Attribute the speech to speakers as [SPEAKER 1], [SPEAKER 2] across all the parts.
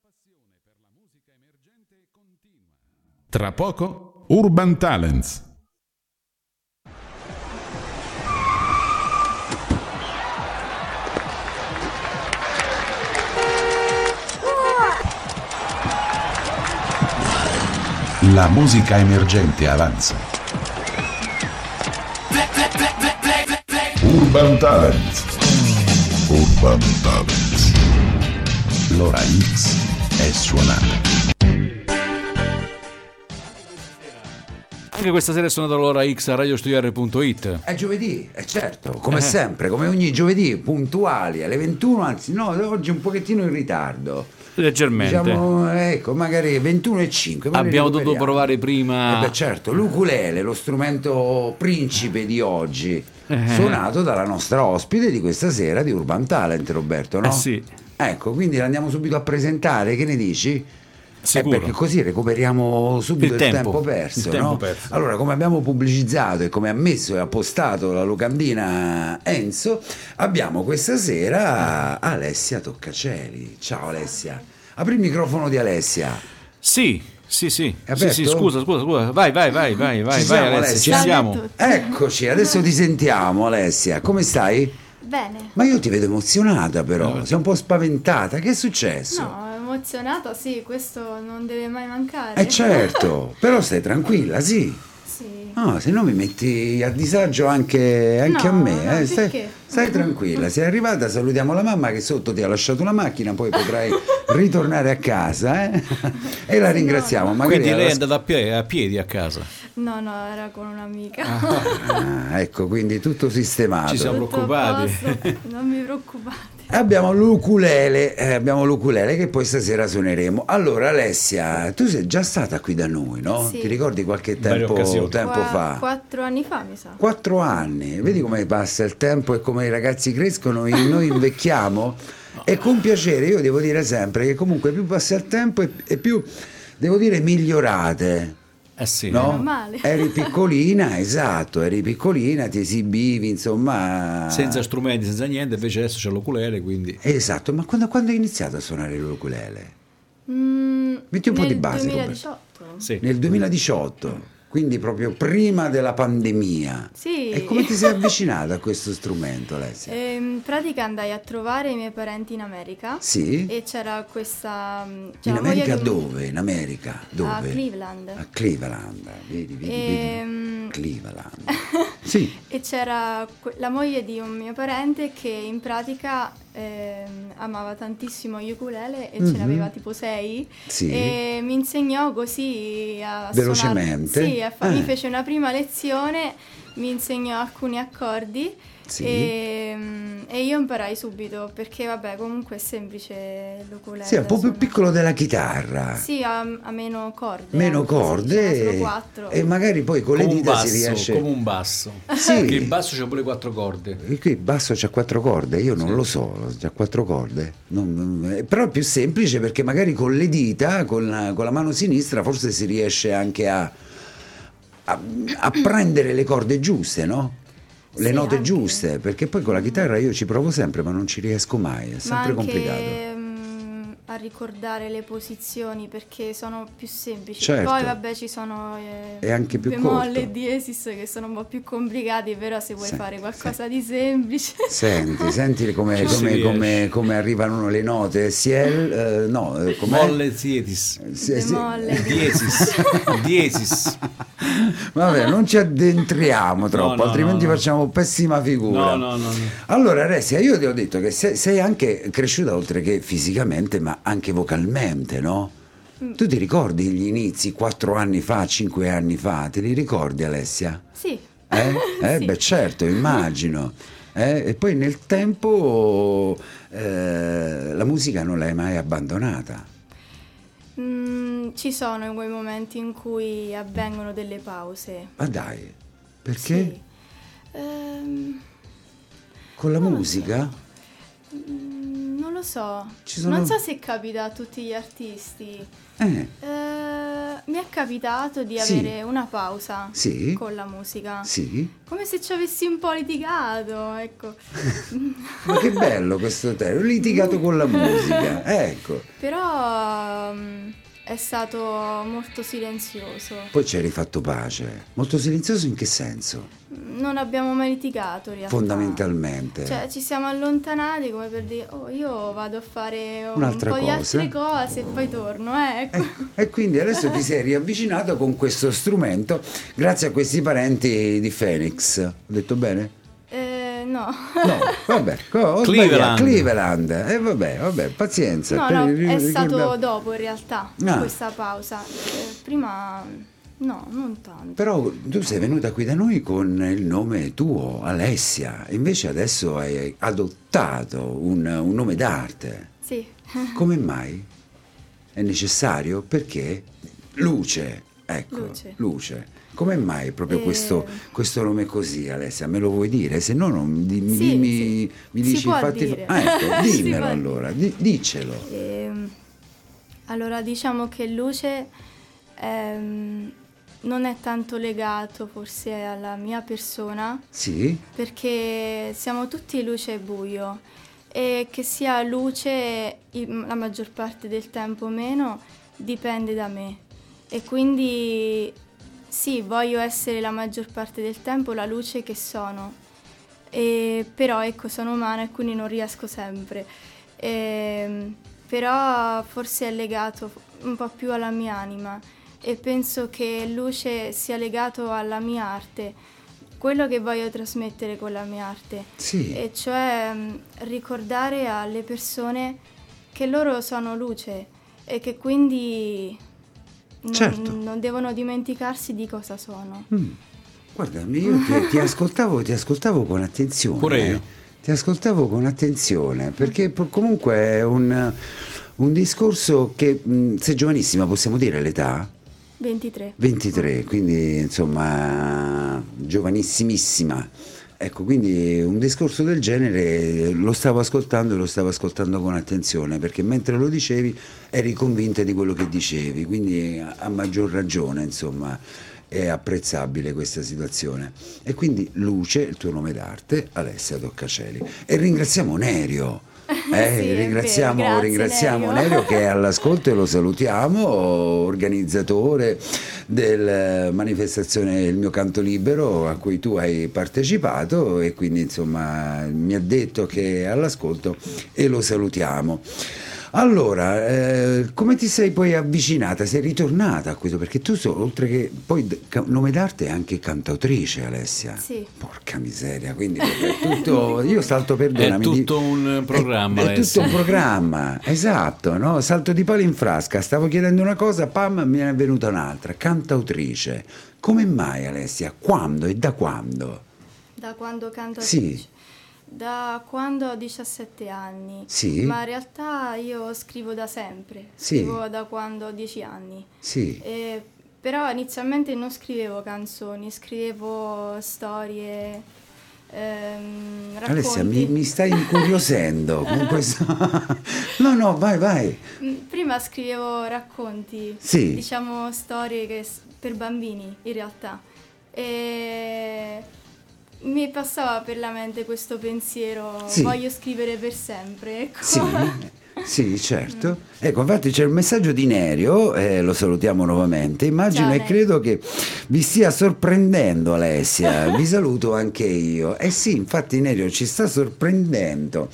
[SPEAKER 1] passione per la musica emergente continua. Tra poco, Urban Talents.
[SPEAKER 2] La musica emergente avanza. Urban Talent. Urban Talent. L'ora X è suonata.
[SPEAKER 3] Anche questa sera è suonato l'ora X a radiostudiare.it.
[SPEAKER 4] È giovedì, è certo, come
[SPEAKER 3] Eh.
[SPEAKER 4] sempre, come ogni giovedì, puntuali alle 21, anzi no, oggi un pochettino in ritardo.
[SPEAKER 3] Leggermente.
[SPEAKER 4] Diciamo, ecco, magari 21 e 5. magari
[SPEAKER 3] Abbiamo
[SPEAKER 4] recuperiamo.
[SPEAKER 3] dovuto provare
[SPEAKER 4] Eh
[SPEAKER 3] prima.
[SPEAKER 4] beh, certo, l'ukulele, lo strumento principe di oggi,
[SPEAKER 3] Eh.
[SPEAKER 4] suonato dalla nostra ospite di questa sera di Urban Talent, Roberto, no?
[SPEAKER 3] Eh sì.
[SPEAKER 4] Ecco, quindi la andiamo subito a presentare, che ne dici? Eh,
[SPEAKER 3] Sicuro.
[SPEAKER 4] perché così recuperiamo subito
[SPEAKER 3] Il
[SPEAKER 4] il,
[SPEAKER 3] tempo.
[SPEAKER 4] tempo, perso,
[SPEAKER 3] Il tempo
[SPEAKER 4] no?
[SPEAKER 3] perso.
[SPEAKER 4] Allora, come abbiamo pubblicizzato e come ha messo e ha postato la locandina Enzo, abbiamo questa sera Alessia Toccacelli. Ciao Alessia. Apri il microfono di Alessia.
[SPEAKER 3] Sì, sì, sì.
[SPEAKER 4] È
[SPEAKER 3] Sì, sì,
[SPEAKER 4] aperto?
[SPEAKER 3] scusa, scusa, scusa. Vai, vai, vai, vai, vai, vai
[SPEAKER 4] siamo,
[SPEAKER 3] Alessia,
[SPEAKER 4] Alessia?
[SPEAKER 3] ci
[SPEAKER 5] Salve a
[SPEAKER 3] siamo.
[SPEAKER 5] tutti.
[SPEAKER 4] Eccoci, adesso ti sentiamo Alessia, come stai?
[SPEAKER 5] Bene.
[SPEAKER 4] Ma io ti vedo emozionata però, sei un po' spaventata, che è successo?
[SPEAKER 5] No, emozionata, sì, questo non deve mai mancare.
[SPEAKER 4] Eh certo, però stai tranquilla, sì.
[SPEAKER 5] Sì.
[SPEAKER 4] Ah, se no mi metti a disagio anche, anche
[SPEAKER 5] No,
[SPEAKER 4] a me. eh.
[SPEAKER 5] no,
[SPEAKER 4] Stai,
[SPEAKER 5] perché?
[SPEAKER 4] stai tranquilla, sei arrivata, salutiamo la mamma che sotto ti ha lasciato la macchina, poi potrai ritornare a casa eh? e la ringraziamo. Magari
[SPEAKER 3] Quindi lei è
[SPEAKER 4] alla-
[SPEAKER 3] andata a pie- a piedi a casa.
[SPEAKER 5] No, no, era con un'amica.
[SPEAKER 4] Ah, ecco, quindi tutto sistemato.
[SPEAKER 3] Ci siamo
[SPEAKER 5] Tutto a
[SPEAKER 3] preoccupati.
[SPEAKER 5] posto, Non mi preoccupate.
[SPEAKER 4] Abbiamo l'ukulele, eh, abbiamo l'ukulele che poi stasera suoneremo. Allora Alessia, tu sei già stata qui da noi, no?
[SPEAKER 5] Sì.
[SPEAKER 4] Ti ricordi qualche
[SPEAKER 3] Varie
[SPEAKER 4] tempo,
[SPEAKER 3] occasioni.
[SPEAKER 4] tempo
[SPEAKER 5] Qua-
[SPEAKER 4] fa?
[SPEAKER 5] Quattro anni fa, mi sa.
[SPEAKER 4] Quattro anni, vedi come passa il tempo e come i ragazzi crescono e noi invecchiamo? E con piacere, io devo dire sempre che comunque più passa il tempo e, e più, devo dire, migliorate.
[SPEAKER 3] Eh sì.
[SPEAKER 4] No?
[SPEAKER 5] Meno male.
[SPEAKER 4] Eri piccolina, esatto, eri piccolina, ti esibivi, insomma...
[SPEAKER 3] Senza strumenti, senza niente, invece adesso c'è l'oculere, quindi
[SPEAKER 4] Esatto, ma quando, quando hai iniziato a suonare l'ukulele?
[SPEAKER 5] Mm,
[SPEAKER 4] Metti un po'
[SPEAKER 5] nel
[SPEAKER 4] di base, Roberto.
[SPEAKER 5] 2018.
[SPEAKER 3] sì.
[SPEAKER 4] Nel 2018, quindi proprio prima della pandemia.
[SPEAKER 5] Sì.
[SPEAKER 4] E come ti sei avvicinata a questo strumento, Alessia?
[SPEAKER 5] Ehm, In pratica andai a trovare i miei parenti in America.
[SPEAKER 4] Sì?
[SPEAKER 5] E c'era questa... mm,
[SPEAKER 4] in
[SPEAKER 5] c'era la moglie
[SPEAKER 4] America
[SPEAKER 5] di un-
[SPEAKER 4] dove? In America dove?
[SPEAKER 5] A Cleveland.
[SPEAKER 4] A Cleveland, vedi, vedi, vedi.
[SPEAKER 5] Ehm.
[SPEAKER 4] Cleveland. sì,
[SPEAKER 5] E c'era que- la moglie di un mio parente che in pratica ehm, amava tantissimo gli ukulele e ce n'aveva tipo sei
[SPEAKER 4] Mhm. Sì.
[SPEAKER 5] e mi insegnò così a
[SPEAKER 4] Velocemente?
[SPEAKER 5] suonare- Sì, a
[SPEAKER 4] Ah.
[SPEAKER 5] fa- mi fece una prima lezione, mi insegnò alcuni accordi
[SPEAKER 4] Sì.
[SPEAKER 5] ehm, e, io imparai subito perché vabbè comunque è semplice l'ukulele.
[SPEAKER 4] sì, è un
[SPEAKER 5] da
[SPEAKER 4] po' più
[SPEAKER 5] suonare.
[SPEAKER 4] piccolo della chitarra.
[SPEAKER 5] Sì, ha, ha meno corde.
[SPEAKER 4] Meno
[SPEAKER 5] anche, sì, ce n'è
[SPEAKER 4] corde
[SPEAKER 5] solo quattro.
[SPEAKER 4] e magari poi con
[SPEAKER 3] Come
[SPEAKER 4] le
[SPEAKER 3] un
[SPEAKER 4] dita si
[SPEAKER 3] basso,
[SPEAKER 4] riesce.
[SPEAKER 3] come un basso.
[SPEAKER 4] Sì.
[SPEAKER 3] Che il basso c'ha pure quattro corde.
[SPEAKER 4] E Qui il basso c'ha quattro corde, io non lo so, c'ha quattro corde. Non- non- eh, però è più semplice perché magari con le dita, con la, con la mano sinistra, forse si riesce anche a, a- a prendere le corde giuste, no? Le
[SPEAKER 5] Sì,
[SPEAKER 4] note
[SPEAKER 5] anche.
[SPEAKER 4] giuste, perché poi con la chitarra io ci provo sempre, ma non ci riesco mai, è sempre
[SPEAKER 5] ma anche,
[SPEAKER 4] complicato.
[SPEAKER 5] mm, a ricordare le posizioni perché sono più semplici.
[SPEAKER 4] Certo.
[SPEAKER 5] Poi vabbè ci sono eh,
[SPEAKER 4] È anche più
[SPEAKER 5] bemolle
[SPEAKER 4] corto.
[SPEAKER 5] e diesis che sono un po' più complicati, però se vuoi
[SPEAKER 4] Sì,
[SPEAKER 5] fare qualcosa di semplice.
[SPEAKER 4] Senti, senti come,
[SPEAKER 3] Ci si
[SPEAKER 4] come- come-
[SPEAKER 3] riesce.
[SPEAKER 4] come arrivano le note. Siel, eh, no, eh, com'è? Eh,
[SPEAKER 3] Molle zietis.
[SPEAKER 4] Sì, sì.
[SPEAKER 5] Bemolle.
[SPEAKER 3] Diesis. Diesis.
[SPEAKER 4] Vabbè, non ci addentriamo troppo,
[SPEAKER 3] no,
[SPEAKER 4] altrimenti
[SPEAKER 3] no, no.
[SPEAKER 4] facciamo pessima
[SPEAKER 3] No,
[SPEAKER 4] figura.
[SPEAKER 3] no, no, no.
[SPEAKER 4] Allora, Alessia, io ti ho detto che sei, sei anche cresciuta oltre che fisicamente, ma anche vocalmente, no?
[SPEAKER 5] Mm.
[SPEAKER 4] Tu ti ricordi gli inizi quattro anni fa, cinque anni fa? Te li ricordi, Alessia?
[SPEAKER 5] Sì.
[SPEAKER 4] Eh? Eh,
[SPEAKER 5] Sì.
[SPEAKER 4] beh, certo, immagino. Eh, e poi nel tempo eh, la musica non l'hai mai abbandonata.
[SPEAKER 5] Mm, ci sono quei momenti in cui avvengono delle pause.
[SPEAKER 4] Ma dai, perché?
[SPEAKER 5] Sì. Ehm,
[SPEAKER 4] Con la musica?
[SPEAKER 5] mm, non lo so.
[SPEAKER 4] Ci sono-
[SPEAKER 5] Non so se capita a tutti gli artisti.
[SPEAKER 4] Eh.
[SPEAKER 5] Eh, mi è capitato di
[SPEAKER 4] Sì.
[SPEAKER 5] avere una pausa
[SPEAKER 4] Sì.
[SPEAKER 5] con la musica.
[SPEAKER 4] Sì.
[SPEAKER 5] Come se ci avessi un po' litigato, ecco.
[SPEAKER 4] Ma che bello questo termine, litigato con la musica, ecco.
[SPEAKER 5] Però ehm, è stato molto silenzioso.
[SPEAKER 4] Poi ci hai rifatto pace. Molto silenzioso in che senso?
[SPEAKER 5] Non abbiamo mai litigato, in realtà.
[SPEAKER 4] Fondamentalmente.
[SPEAKER 5] Cioè, ci siamo allontanati come per dire, oh, io vado a fare un
[SPEAKER 4] Un'altra
[SPEAKER 5] po' di
[SPEAKER 4] cosa."
[SPEAKER 5] altre cose e poi torno, eh, ecco.
[SPEAKER 4] E quindi adesso ti sei riavvicinato con questo strumento grazie a questi parenti di Phoenix. Ho detto bene?
[SPEAKER 5] Eh, no.
[SPEAKER 4] No, vabbè, co- ho
[SPEAKER 3] Cleveland.
[SPEAKER 4] sbagliato. Cleveland. E vabbè, vabbè, pazienza.
[SPEAKER 5] No,
[SPEAKER 4] Per-
[SPEAKER 5] no, è
[SPEAKER 4] ricorda-
[SPEAKER 5] stato dopo in realtà
[SPEAKER 4] Ah.
[SPEAKER 5] questa pausa. Eh, prima no, non tanto.
[SPEAKER 4] Però tu sei venuta qui da noi con il nome tuo, Alessia, e invece adesso hai adottato un, un nome d'arte.
[SPEAKER 5] Sì.
[SPEAKER 4] Come mai? È necessario? Perché? Luce, ecco, luce.
[SPEAKER 5] Luce.
[SPEAKER 4] Come mai proprio
[SPEAKER 5] Eh.
[SPEAKER 4] questo, questo nome così, Alessia? Me lo vuoi dire? Se no, non, di- mi,
[SPEAKER 5] Sì,
[SPEAKER 4] dimmi-
[SPEAKER 5] sì.
[SPEAKER 4] mi
[SPEAKER 5] Si
[SPEAKER 4] dici
[SPEAKER 5] può
[SPEAKER 4] infatti...
[SPEAKER 5] dire.
[SPEAKER 4] Ah, ecco,
[SPEAKER 5] Si
[SPEAKER 4] dimmelo
[SPEAKER 5] può
[SPEAKER 4] allora, di- dicelo.
[SPEAKER 5] Ehm, allora diciamo che luce ehm, non è tanto legato forse alla mia persona
[SPEAKER 4] Sì?
[SPEAKER 5] perché siamo tutti luce e buio e che sia luce il- la maggior parte del tempo o meno dipende da me e quindi sì voglio essere la maggior parte del tempo la luce che sono E- però ecco sono umana e quindi non riesco sempre Ehm, però forse è legato un po' più alla mia anima e penso che luce sia legato alla mia arte quello che voglio trasmettere con la mia arte
[SPEAKER 4] Sì.
[SPEAKER 5] e cioè mm, ricordare alle persone che loro sono luce e che quindi non,
[SPEAKER 4] Certo.
[SPEAKER 5] non devono dimenticarsi di cosa sono.
[SPEAKER 4] Mm. Guarda, io ti, ti ascoltavo, ti ascoltavo con attenzione.
[SPEAKER 3] Pure io.
[SPEAKER 4] eh. Ti ascoltavo con attenzione, perché po- comunque è un, un discorso che, mh, sei giovanissima, possiamo dire l'età?
[SPEAKER 5] 23.
[SPEAKER 4] 23, quindi insomma giovanissimissima. Ecco, quindi un discorso del genere lo stavo ascoltando e lo stavo ascoltando con attenzione, perché mentre lo dicevi eri convinta di quello che dicevi, quindi a a maggior ragione, insomma, è apprezzabile questa situazione. E quindi Luce, il tuo nome d'arte, Alessia Toccacelli. E ringraziamo Nerio. Eh,
[SPEAKER 5] Sì, è
[SPEAKER 4] ringraziamo,
[SPEAKER 5] vero, grazie,
[SPEAKER 4] ringraziamo
[SPEAKER 5] Nerio.
[SPEAKER 4] Nerio che è all'ascolto e lo salutiamo, organizzatore della manifestazione Il mio canto libero a cui tu hai partecipato e quindi insomma mi ha detto che è all'ascolto e lo salutiamo. Allora, eh, come ti sei poi avvicinata? Sei ritornata a questo? Perché tu, so- oltre che poi d- ca- nome d'arte, è anche cantautrice, Alessia.
[SPEAKER 5] Sì.
[SPEAKER 4] Porca miseria, quindi è tutto. Io salto perdonami.
[SPEAKER 3] È
[SPEAKER 4] di-
[SPEAKER 3] tutto un eh, programma,
[SPEAKER 4] È, è tutto
[SPEAKER 3] Alessia.
[SPEAKER 4] un programma, esatto, no? Salto di palo in frasca. Stavo chiedendo una cosa, pam, me ne è venuta un'altra. Cantautrice. Come mai, Alessia? Quando e da quando?
[SPEAKER 5] Da quando canto
[SPEAKER 4] Sì.
[SPEAKER 5] attrice. Da quando ho 17 anni.
[SPEAKER 4] Sì.
[SPEAKER 5] Ma in realtà io scrivo da sempre.
[SPEAKER 4] Sì.
[SPEAKER 5] Scrivo da quando ho 10 anni.
[SPEAKER 4] Sì.
[SPEAKER 5] E- però inizialmente non scrivevo canzoni, scrivevo storie, ehm, racconti.
[SPEAKER 4] Alessia, mi, mi stai incuriosendo con questo. no, no, vai, vai.
[SPEAKER 5] Mm, Prima scrivevo racconti,
[SPEAKER 4] Sì.
[SPEAKER 5] diciamo storie che s- per bambini in realtà. E mi passava per la mente questo pensiero,
[SPEAKER 4] Sì.
[SPEAKER 5] voglio scrivere per sempre. Ecco.
[SPEAKER 4] Sì, sì, certo. Ecco, infatti c'è il messaggio di Nerio, eh, lo salutiamo nuovamente. Immagino
[SPEAKER 5] Ciao,
[SPEAKER 4] e
[SPEAKER 5] Nerio.
[SPEAKER 4] credo che vi stia sorprendendo Alessia, vi saluto anche io. Eh sì, infatti Nerio ci sta sorprendendo,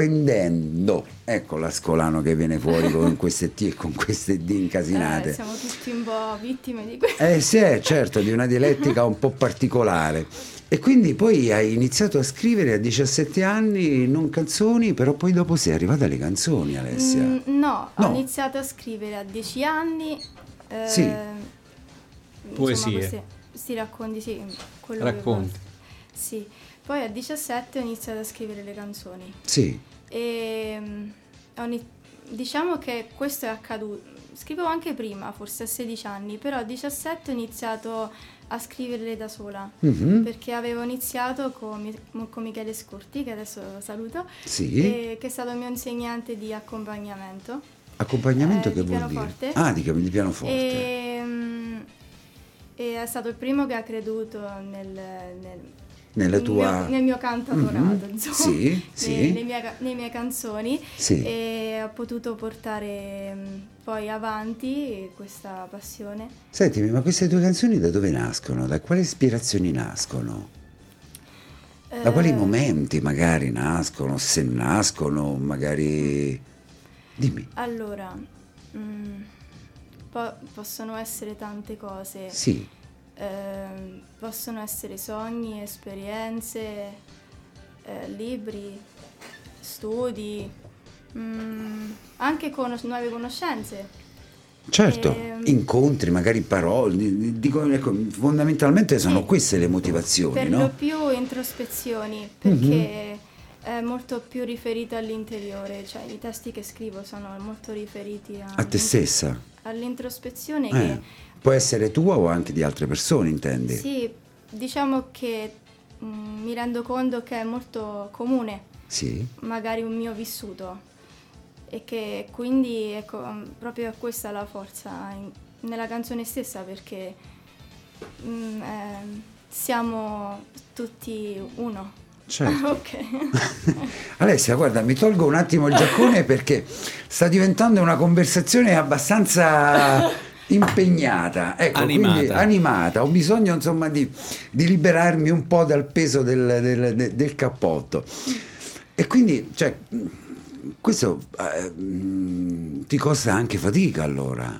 [SPEAKER 4] sorprendendo. Ecco l'ascolano che viene fuori con queste T e con queste D incasinate.
[SPEAKER 5] Eh, siamo tutti un po' vittime di questo.
[SPEAKER 4] Eh sì, eh, certo, di una dialettica un po' particolare. E quindi poi hai iniziato a scrivere a 17 anni, non canzoni, però poi dopo sei arrivata alle canzoni, Alessia.
[SPEAKER 5] Mm, no,
[SPEAKER 4] Eh, No.
[SPEAKER 5] ho iniziato a scrivere a 10 anni. eh,
[SPEAKER 4] Sì.
[SPEAKER 5] insomma,
[SPEAKER 3] Poesie.
[SPEAKER 5] queste- sì, racconti, sì, quello
[SPEAKER 3] Racconti.
[SPEAKER 5] che vuoi. Sì. Poi a 17 ho iniziato a scrivere le canzoni.
[SPEAKER 4] Sì,
[SPEAKER 5] E mm, ho ini- diciamo che questo è accaduto. Scrivevo anche prima, forse a 16 anni, però a 17 ho iniziato a scriverle da sola.
[SPEAKER 4] Mhm.
[SPEAKER 5] Perché avevo iniziato con, Mi- con Michele Scurti, che adesso saluto,
[SPEAKER 4] sì,
[SPEAKER 5] e- che è stato il mio insegnante di accompagnamento.
[SPEAKER 4] Accompagnamento
[SPEAKER 5] Eh,
[SPEAKER 4] che
[SPEAKER 5] di
[SPEAKER 4] vuol
[SPEAKER 5] pianoforte.
[SPEAKER 4] dire? Ah, di, di pianoforte.
[SPEAKER 5] E, mm, e è stato il primo che ha creduto nel, nel-
[SPEAKER 4] Nella
[SPEAKER 5] nel
[SPEAKER 4] tua-
[SPEAKER 5] mio, nel mio canto
[SPEAKER 4] Mhm.
[SPEAKER 5] adorato, insomma,
[SPEAKER 4] Sì,
[SPEAKER 5] nei-
[SPEAKER 4] sì.
[SPEAKER 5] nei miei ca- nelle mie canzoni
[SPEAKER 4] Sì.
[SPEAKER 5] e ho potuto portare mm, poi avanti questa passione.
[SPEAKER 4] Sentimi, ma queste tue canzoni da dove nascono? Da quali ispirazioni nascono? Da quali
[SPEAKER 5] Eh,
[SPEAKER 4] momenti magari nascono? Se nascono, magari...
[SPEAKER 5] Mm.
[SPEAKER 4] Dimmi.
[SPEAKER 5] Allora, mm, po- possono essere tante cose.
[SPEAKER 4] Sì,
[SPEAKER 5] Ehm, possono essere sogni, esperienze, eh, libri, studi, mm, anche conos- nuove conoscenze.
[SPEAKER 4] certo.
[SPEAKER 5] Ehm.
[SPEAKER 4] Incontri, magari parole. di- dico, ecco, fondamentalmente sono
[SPEAKER 5] Sì.
[SPEAKER 4] queste le motivazioni,
[SPEAKER 5] per
[SPEAKER 4] no? Mhm.
[SPEAKER 5] lo più introspezioni, perché è molto più riferito all'interiore, cioè i testi che scrivo sono molto riferiti a-
[SPEAKER 4] A te stessa.
[SPEAKER 5] all'introspezione
[SPEAKER 4] Eh, Può essere tua o anche di altre persone, intendi?
[SPEAKER 5] che sì, diciamo che mm, mi rendo conto che è molto comune.
[SPEAKER 4] Sì.
[SPEAKER 5] magari un mio vissuto e che quindi ecco m, proprio questa è la forza in- nella canzone stessa perché mm, ehm, siamo tutti uno.
[SPEAKER 4] Certo.
[SPEAKER 5] ok.
[SPEAKER 4] Alessia, guarda, mi tolgo un attimo il giaccone perché sta diventando una conversazione abbastanza impegnata, ecco, quindi
[SPEAKER 3] Animata.
[SPEAKER 4] animata. Ho bisogno insomma di, di liberarmi un po' dal peso del, del- del- del cappotto. E quindi, cioè, mh, questo eh, mh, ti costa anche fatica allora,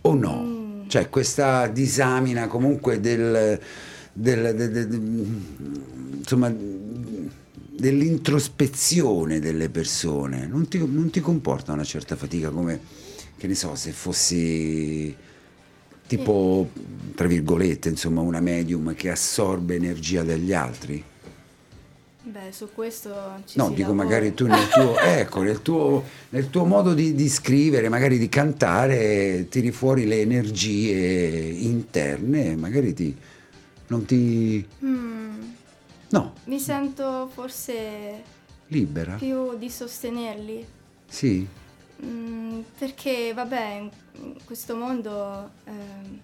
[SPEAKER 4] o no? Cioè, questa disamina comunque del... del- del- del- mh, insomma dell'introspezione delle persone non ti, non ti comporta una certa fatica come che ne so se fossi tipo tra virgolette insomma una medium che assorbe energia dagli altri
[SPEAKER 5] Beh, su questo ci
[SPEAKER 4] no
[SPEAKER 5] si
[SPEAKER 4] dico
[SPEAKER 5] lavora.
[SPEAKER 4] magari tu nel tuo ecco nel tuo, nel tuo modo di, di scrivere magari di cantare tiri fuori le energie interne magari ti non ti
[SPEAKER 5] Mm,
[SPEAKER 4] no
[SPEAKER 5] mi sento forse
[SPEAKER 4] libera
[SPEAKER 5] più di sostenerli
[SPEAKER 4] sì
[SPEAKER 5] Mm, perché vabbè, in in questo mondo ehm,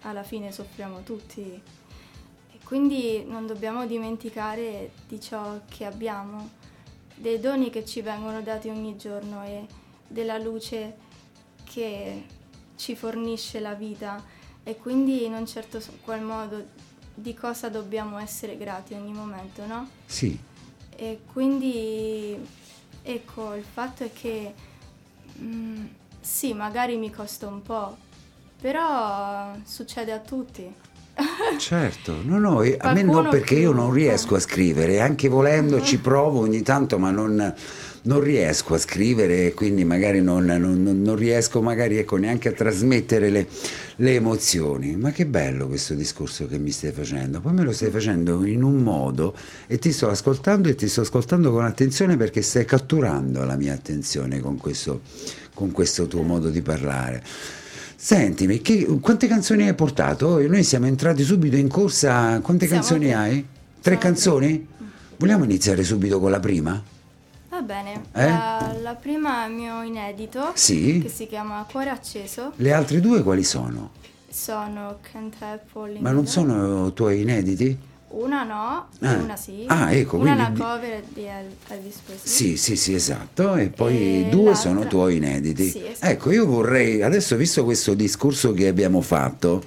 [SPEAKER 5] alla fine soffriamo tutti e quindi non dobbiamo dimenticare di ciò che abbiamo, dei doni che ci vengono dati ogni giorno e della luce che ci fornisce la vita e quindi in un certo s- qual modo di cosa dobbiamo essere grati ogni momento, no?
[SPEAKER 4] sì
[SPEAKER 5] E quindi ecco, il fatto è che mm, sì, magari mi costa un po', però succede a tutti.
[SPEAKER 4] Certo, no, no, e a me
[SPEAKER 5] Qualcuno
[SPEAKER 4] no perché io non
[SPEAKER 5] più-
[SPEAKER 4] riesco a scrivere, anche volendo ci provo ogni tanto, ma non, non riesco a scrivere, quindi magari non, non- non- non riesco magari ecco, neanche a trasmettere le, le emozioni. Ma che bello questo discorso che mi stai facendo, poi me lo stai facendo in un modo e ti sto ascoltando e ti sto ascoltando con attenzione perché stai catturando la mia attenzione con questo, con questo tuo modo di parlare. Sentimi, che- quante canzoni hai portato? Noi siamo entrati subito in corsa. Quante
[SPEAKER 5] Siamo
[SPEAKER 4] canzoni
[SPEAKER 5] tre.
[SPEAKER 4] hai? Tre
[SPEAKER 5] Siamo
[SPEAKER 4] canzoni? Vogliamo iniziare subito con la prima?
[SPEAKER 5] Va bene,
[SPEAKER 4] Eh?
[SPEAKER 5] la, la prima è il mio inedito,
[SPEAKER 4] Sì.
[SPEAKER 5] che si chiama Cuore acceso,
[SPEAKER 4] Le altre due quali sono?
[SPEAKER 5] sono Can't Help Falling
[SPEAKER 4] Ma
[SPEAKER 5] in
[SPEAKER 4] non
[SPEAKER 5] Love.
[SPEAKER 4] sono tuoi inediti?
[SPEAKER 5] Una no,
[SPEAKER 4] Ah.
[SPEAKER 5] una sì.
[SPEAKER 4] Ah, ecco,
[SPEAKER 5] Una è una
[SPEAKER 4] quindi-
[SPEAKER 5] cover di El- Elvis Presley.
[SPEAKER 4] Sì, sì, sì, esatto. E poi
[SPEAKER 5] E
[SPEAKER 4] due
[SPEAKER 5] l'altra?
[SPEAKER 4] sono tuoi inediti.
[SPEAKER 5] Sì, esatto.
[SPEAKER 4] Ecco, io vorrei, adesso visto questo discorso che abbiamo fatto,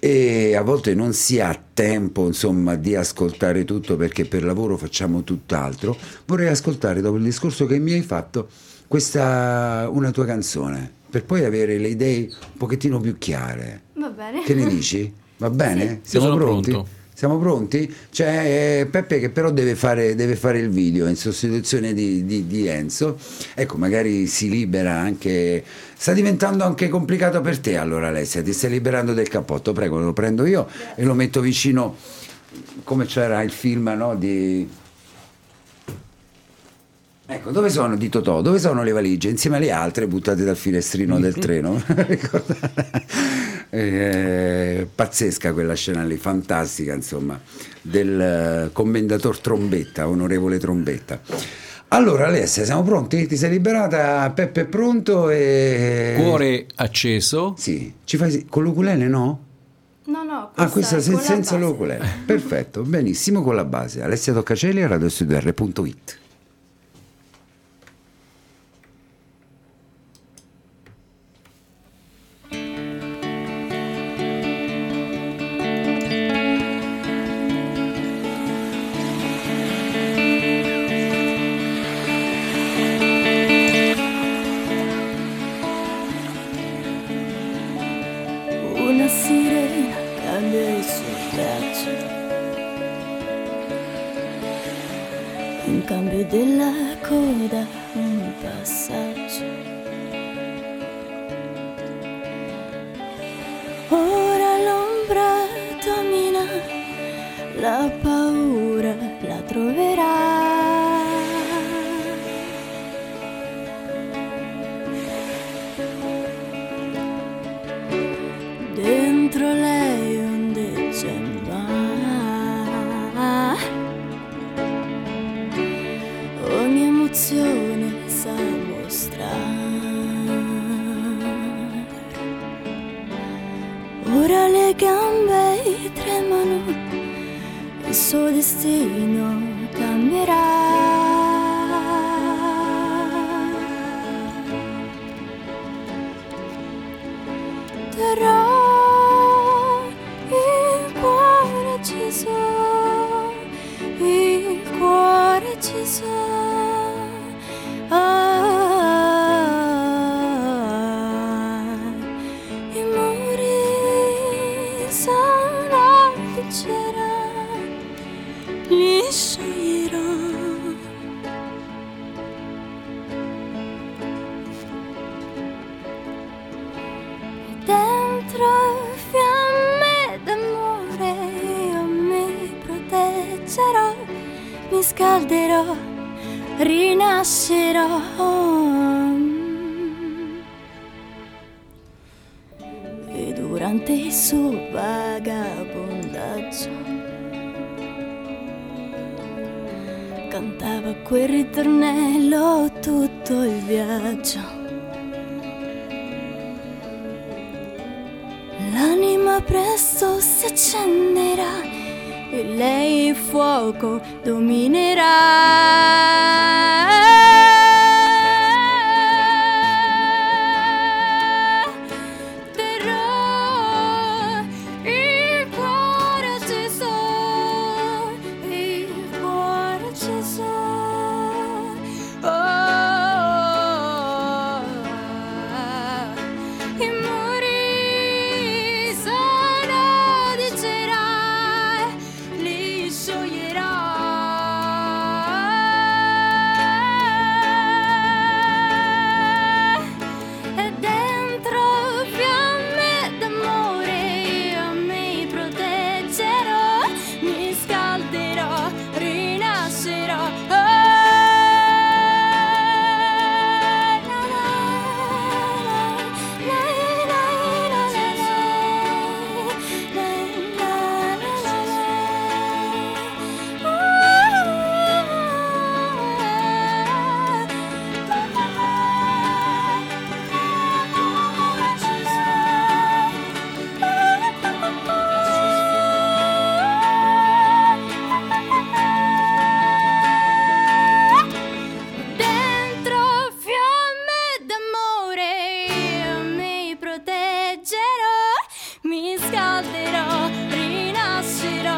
[SPEAKER 4] e a volte non si ha tempo, insomma, di ascoltare tutto perché per lavoro facciamo tutt'altro, vorrei ascoltare dopo il discorso che mi hai fatto questa una tua canzone, per poi avere le idee un pochettino più chiare.
[SPEAKER 5] Va bene.
[SPEAKER 4] Che ne dici? Va bene?
[SPEAKER 3] Sì. Io sono pronto.
[SPEAKER 4] Siamo pronti? C'è eh, Peppe che però deve fare, deve fare il video in sostituzione di, di- di Enzo. Ecco, magari si libera anche. Sta diventando anche complicato per te allora Alessia, ti stai liberando del cappotto, prego, lo prendo io e lo metto vicino come c'era il film no, di... Ecco, dove sono di Totò? Dove sono le valigie? Insieme alle altre buttate dal finestrino del
[SPEAKER 6] Mm.
[SPEAKER 4] treno. Ricordate? Eh, pazzesca quella scena lì, fantastica insomma, del eh, commendator Trombetta, onorevole Trombetta. Allora Alessia, siamo pronti? Ti sei liberata? Peppe è pronto e...
[SPEAKER 7] Cuore acceso.
[SPEAKER 4] Sì, ci fai con l'oculene no?
[SPEAKER 6] No, no, questa
[SPEAKER 4] Ah, questa
[SPEAKER 6] è
[SPEAKER 4] se-
[SPEAKER 6] con la
[SPEAKER 4] senza
[SPEAKER 6] base.
[SPEAKER 4] l'oculene. Perfetto, benissimo con la base. Alessia Toccacelli, radiostudio.it.
[SPEAKER 6] Una sirena cade il suo braccio In cambio della coda un passaggio Ora l'ombra domina La paura la troverà dentro lei un decemba. Ogni emozione sa mostrare. Ora le gambe tremano, il suo destino cambierà. porterò il cuore acceso, il cuore acceso. Ah, I muri sono di cera, li scioglierò. Dentro fiamme d'amore io mi proteggerò, mi scalderò, rinascerò. E durante il suo vagabondaggio cantava quel ritornello tutto il viaggio. L'anima presto si accenderà e lei il fuoco dominerà. Terrò il cuore acceso, il cuore acceso. Oh, i muri sono di cera, li scioglierò. E dentro fiamme d'amore io mi proteggerò, mi scalderò, rinascerò. Oh, la, Dentro fiamme d'amore io mi proteggerò, mi scalderò, rinascerò.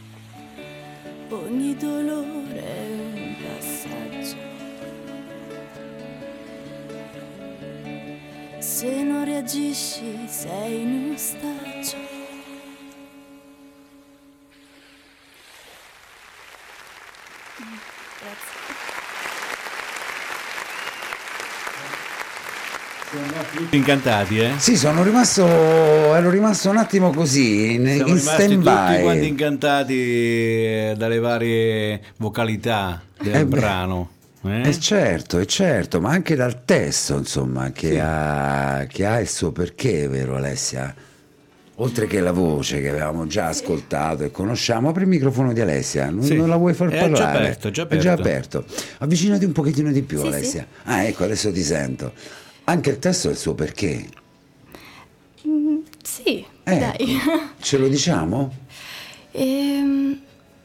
[SPEAKER 6] Mm. Ogni dolore è un passaggio. Se non reagisci sei in un stagio.
[SPEAKER 3] Tutti incantati, eh?
[SPEAKER 4] Sì, sono rimasto, ero rimasto un attimo così, in,
[SPEAKER 3] Siamo
[SPEAKER 4] in
[SPEAKER 3] rimasti tutti quanti
[SPEAKER 4] stand-by.
[SPEAKER 3] incantati eh, dalle varie vocalità del
[SPEAKER 4] Eh beh.
[SPEAKER 3] brano. eh?
[SPEAKER 4] Eh certo, eh certo, ma anche dal testo, insomma, che, ha, che ha il suo perché, vero Alessia? Oltre che la voce che avevamo già ascoltato e conosciamo, apri il microfono di Alessia, non,
[SPEAKER 8] Sì.
[SPEAKER 4] non la vuoi far
[SPEAKER 8] È già
[SPEAKER 4] parlare?
[SPEAKER 8] aperto, è già
[SPEAKER 4] aperto. Avvicinati un pochettino di più
[SPEAKER 5] Sì, sì.
[SPEAKER 4] Alessia. Ah ecco, adesso ti sento. Anche il testo ha il suo perché.
[SPEAKER 5] Mm, sì,
[SPEAKER 4] Eh,
[SPEAKER 5] dai.
[SPEAKER 4] Ce lo diciamo?
[SPEAKER 5] Ehm,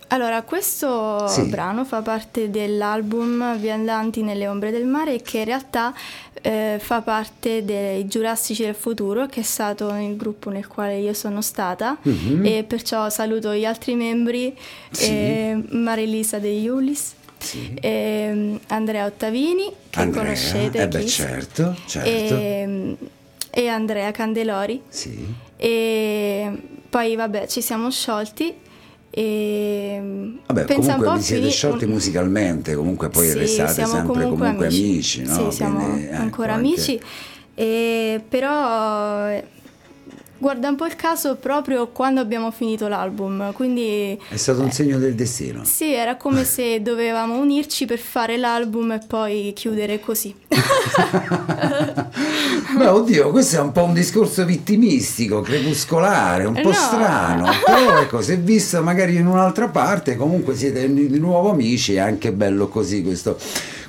[SPEAKER 5] allora, questo
[SPEAKER 4] Sì.
[SPEAKER 5] brano fa parte dell'album Viandanti nelle ombre del mare che in realtà eh, fa parte dei Giurassici del futuro che è stato il gruppo nel quale io sono stata e perciò saluto gli altri membri
[SPEAKER 4] Mm-hmm. Sì.
[SPEAKER 5] eh, Marilisa De Iulis,
[SPEAKER 4] Sì.
[SPEAKER 5] ehm, Andrea Ottavini che
[SPEAKER 4] Andrea?
[SPEAKER 5] conoscete
[SPEAKER 4] Eh beh,
[SPEAKER 5] Kiss,
[SPEAKER 4] certo, certo.
[SPEAKER 5] ehm, e Andrea Candelori
[SPEAKER 4] Sì.
[SPEAKER 5] e poi vabbè ci siamo sciolti e
[SPEAKER 4] Vabbè,
[SPEAKER 5] pensa un po'
[SPEAKER 4] comunque
[SPEAKER 5] a
[SPEAKER 4] vi siete
[SPEAKER 5] fini-
[SPEAKER 4] sciolti
[SPEAKER 5] un-
[SPEAKER 4] musicalmente, comunque poi
[SPEAKER 5] Sì,
[SPEAKER 4] restate
[SPEAKER 5] siamo
[SPEAKER 4] sempre comunque, amici, no?
[SPEAKER 5] Sì, siamo
[SPEAKER 4] Quindi, ecco,
[SPEAKER 5] ancora
[SPEAKER 4] anche-
[SPEAKER 5] amici e però eh, guarda un po' il caso proprio quando abbiamo finito l'album quindi
[SPEAKER 4] È stato un segno del destino.
[SPEAKER 5] sì era come se dovevamo unirci per fare l'album e poi chiudere così
[SPEAKER 4] Beh, oddio, questo è un po' un discorso vittimistico, crepuscolare, un po'
[SPEAKER 5] Eh, No.
[SPEAKER 4] strano. Però ecco, se visto magari in un'altra parte, comunque siete di nuovo amici, è anche bello così questo,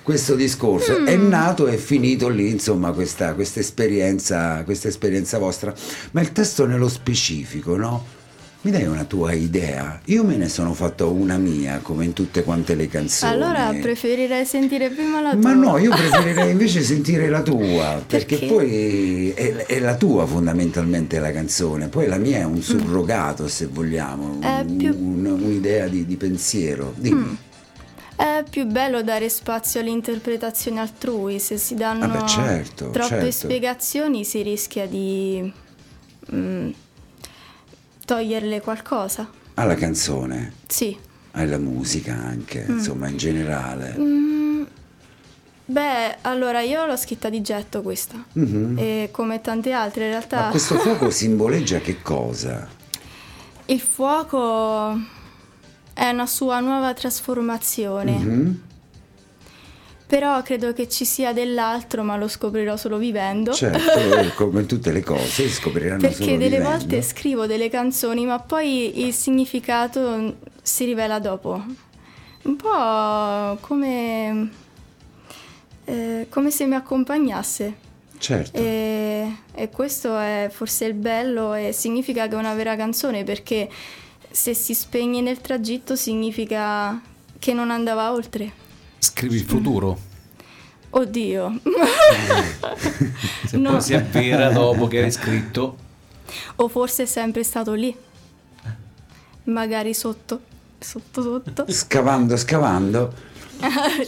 [SPEAKER 4] questo discorso. È
[SPEAKER 5] Mm.
[SPEAKER 4] nato e finito lì, insomma, questa, questa esperienza, questa esperienza vostra. Ma il testo nello specifico, no? Mi dai una tua idea? Io me ne sono fatto una mia, come in tutte quante le canzoni.
[SPEAKER 5] allora preferirei sentire prima la
[SPEAKER 4] Ma
[SPEAKER 5] tua
[SPEAKER 4] no, io preferirei invece sentire la tua, perché,
[SPEAKER 5] Perché?
[SPEAKER 4] poi è, è la tua fondamentalmente la canzone, poi la mia è un surrogato se vogliamo,
[SPEAKER 5] È
[SPEAKER 4] un-
[SPEAKER 5] Mm. Eh, più- Mm.
[SPEAKER 4] un- un'idea di, di pensiero. Dimmi.
[SPEAKER 5] È più bello dare spazio all'interpretazione altrui, se si danno
[SPEAKER 4] Ah, beh, certo,
[SPEAKER 5] troppe
[SPEAKER 4] certo.
[SPEAKER 5] spiegazioni si rischia di mm, toglierle qualcosa.
[SPEAKER 4] Alla canzone,
[SPEAKER 5] Sì.
[SPEAKER 4] alla musica anche, insomma in generale.
[SPEAKER 5] Mm, beh, allora io l'ho scritta di getto questa, e come tante altre in realtà.
[SPEAKER 4] Mhm. Ma questo fuoco simboleggia che cosa?
[SPEAKER 5] Il fuoco è una sua nuova trasformazione.
[SPEAKER 4] Mhm. Mm?
[SPEAKER 5] Però credo che ci sia dell'altro, ma lo scoprirò solo vivendo.
[SPEAKER 4] Certo, eh, come in tutte le cose, si
[SPEAKER 8] Eh,
[SPEAKER 4] scopriranno solo
[SPEAKER 5] Perché delle
[SPEAKER 4] vivendo.
[SPEAKER 5] volte scrivo delle canzoni, ma poi il significato si rivela dopo. Un po' come, eh, come se mi accompagnasse.
[SPEAKER 4] Certo.
[SPEAKER 5] Eh, E, e questo è forse il bello e significa che è una vera canzone perché se si spegne nel tragitto significa che non andava oltre.
[SPEAKER 3] Scrivi il futuro.
[SPEAKER 5] Oddio.
[SPEAKER 8] Se
[SPEAKER 5] No.
[SPEAKER 8] poi si avvera dopo che hai scritto,
[SPEAKER 5] O forse è sempre stato lì. Magari sotto, sotto sotto.
[SPEAKER 4] Scavando, scavando.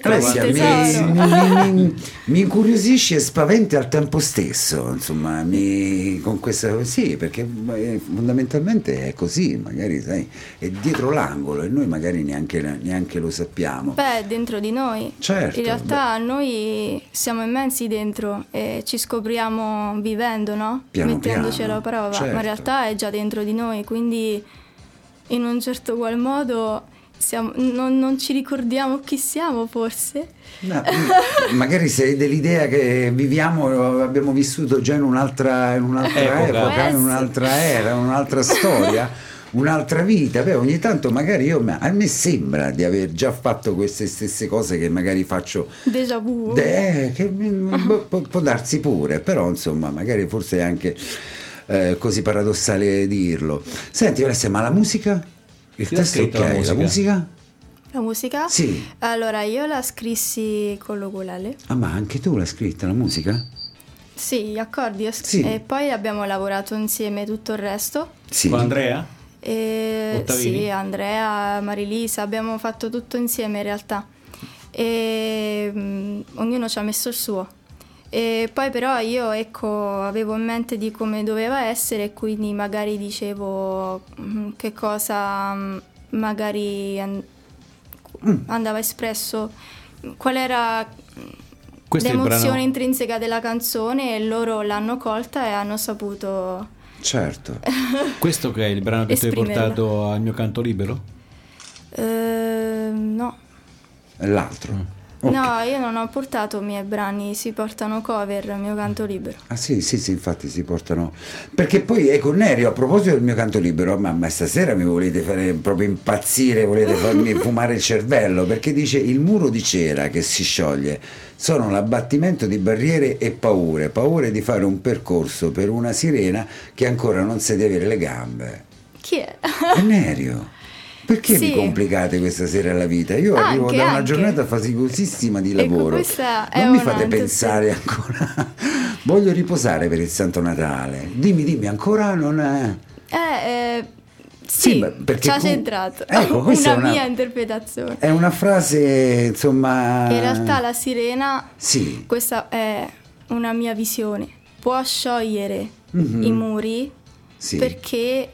[SPEAKER 4] Alessia,
[SPEAKER 5] il tesoro.
[SPEAKER 4] mi, mi- mi- mi incuriosisce e spaventa al tempo stesso, insomma, mi- con questa, sì, perché eh, fondamentalmente è così, magari sai, è dietro l'angolo e noi magari neanche, neanche lo sappiamo.
[SPEAKER 5] Beh, dentro di noi.
[SPEAKER 4] Certo,
[SPEAKER 5] In realtà noi siamo immensi dentro e ci scopriamo vivendo, no?
[SPEAKER 4] Piano
[SPEAKER 5] Mettendoci
[SPEAKER 4] piano,
[SPEAKER 5] alla prova. Ma
[SPEAKER 4] certo.
[SPEAKER 5] in realtà è già dentro di noi, quindi in un certo qual modo siamo- non, non ci ricordiamo chi siamo forse.
[SPEAKER 4] No, magari sei dell'idea che viviamo, abbiamo vissuto già in un'altra, in un'altra
[SPEAKER 8] Epoca.
[SPEAKER 4] epoca, in un'altra era, in un'altra storia, un'altra vita. Beh, ogni tanto magari io, ma- a me sembra di aver già fatto queste stesse cose che magari faccio.
[SPEAKER 5] Déjà vu.
[SPEAKER 4] De- eh, che, boh, può, può darsi pure, però insomma, magari forse è anche eh, così paradossale dirlo. Senti, Alessia, ma la musica? Il
[SPEAKER 8] Chi l'ha
[SPEAKER 4] testo
[SPEAKER 8] scritto
[SPEAKER 4] ok,
[SPEAKER 8] la
[SPEAKER 4] la
[SPEAKER 8] musica?
[SPEAKER 4] musica?
[SPEAKER 5] La musica?
[SPEAKER 4] Sì.
[SPEAKER 5] Allora, io la scrissi con l'oculale.
[SPEAKER 4] Ah, ma anche tu l'hai scritta la musica?
[SPEAKER 5] Sì, gli accordi. io sc-
[SPEAKER 4] Sì.
[SPEAKER 5] E poi abbiamo lavorato insieme tutto il resto.
[SPEAKER 4] Sì.
[SPEAKER 8] con Andrea?
[SPEAKER 5] E
[SPEAKER 8] Ottavini?
[SPEAKER 5] sì, Andrea, Marilisa, abbiamo fatto tutto insieme in realtà. E, mm, ognuno ci ha messo il suo. E poi però io ecco, avevo in mente di come doveva essere e quindi magari dicevo mm, che cosa mm, magari an- andava espresso, qual era mm,
[SPEAKER 3] Questo è il
[SPEAKER 5] l'emozione
[SPEAKER 3] brano-
[SPEAKER 5] intrinseca della canzone e loro l'hanno colta e hanno saputo
[SPEAKER 4] Certo.
[SPEAKER 8] Questo che è il brano che tu hai
[SPEAKER 5] Esprimerla.
[SPEAKER 8] portato al mio canto libero?
[SPEAKER 5] Ehm, no,
[SPEAKER 4] L'altro. Oh.
[SPEAKER 5] No, io non ho portato i miei brani, si portano cover, mio canto libero.
[SPEAKER 4] Ah sì, sì, sì, infatti si portano. Perché poi ecco Nerio, a proposito del mio canto libero, ma, ma stasera mi volete fare proprio impazzire, volete farmi fumare il cervello, perché dice il muro di cera che si scioglie sono l'abbattimento di barriere e paure, paure di fare un percorso per una sirena che ancora non sa di avere le gambe.
[SPEAKER 5] Chi è?
[SPEAKER 4] E Nerio, perché
[SPEAKER 5] Sì.
[SPEAKER 4] mi complicate questa sera la vita? Io arrivo
[SPEAKER 5] Anche,
[SPEAKER 4] da una
[SPEAKER 5] anche.
[SPEAKER 4] giornata faticosissima di
[SPEAKER 5] Ecco,
[SPEAKER 4] lavoro.
[SPEAKER 5] questa è
[SPEAKER 4] non mi
[SPEAKER 5] una
[SPEAKER 4] fate
[SPEAKER 5] entusi-
[SPEAKER 4] pensare ancora. Voglio riposare per il Santo Natale. Dimmi, dimmi, ancora non è.
[SPEAKER 5] Eh, eh,
[SPEAKER 4] Sì,
[SPEAKER 5] sì,
[SPEAKER 4] ma perché
[SPEAKER 5] ci ha
[SPEAKER 4] tu-
[SPEAKER 5] centrato.
[SPEAKER 4] Ecco, questa
[SPEAKER 5] una,
[SPEAKER 4] è una-
[SPEAKER 5] mia interpretazione.
[SPEAKER 4] È una frase, insomma.
[SPEAKER 5] In realtà la sirena,
[SPEAKER 4] Sì.
[SPEAKER 5] questa è una mia visione, può sciogliere
[SPEAKER 4] Mhm.
[SPEAKER 5] i muri
[SPEAKER 4] Sì.
[SPEAKER 5] perché,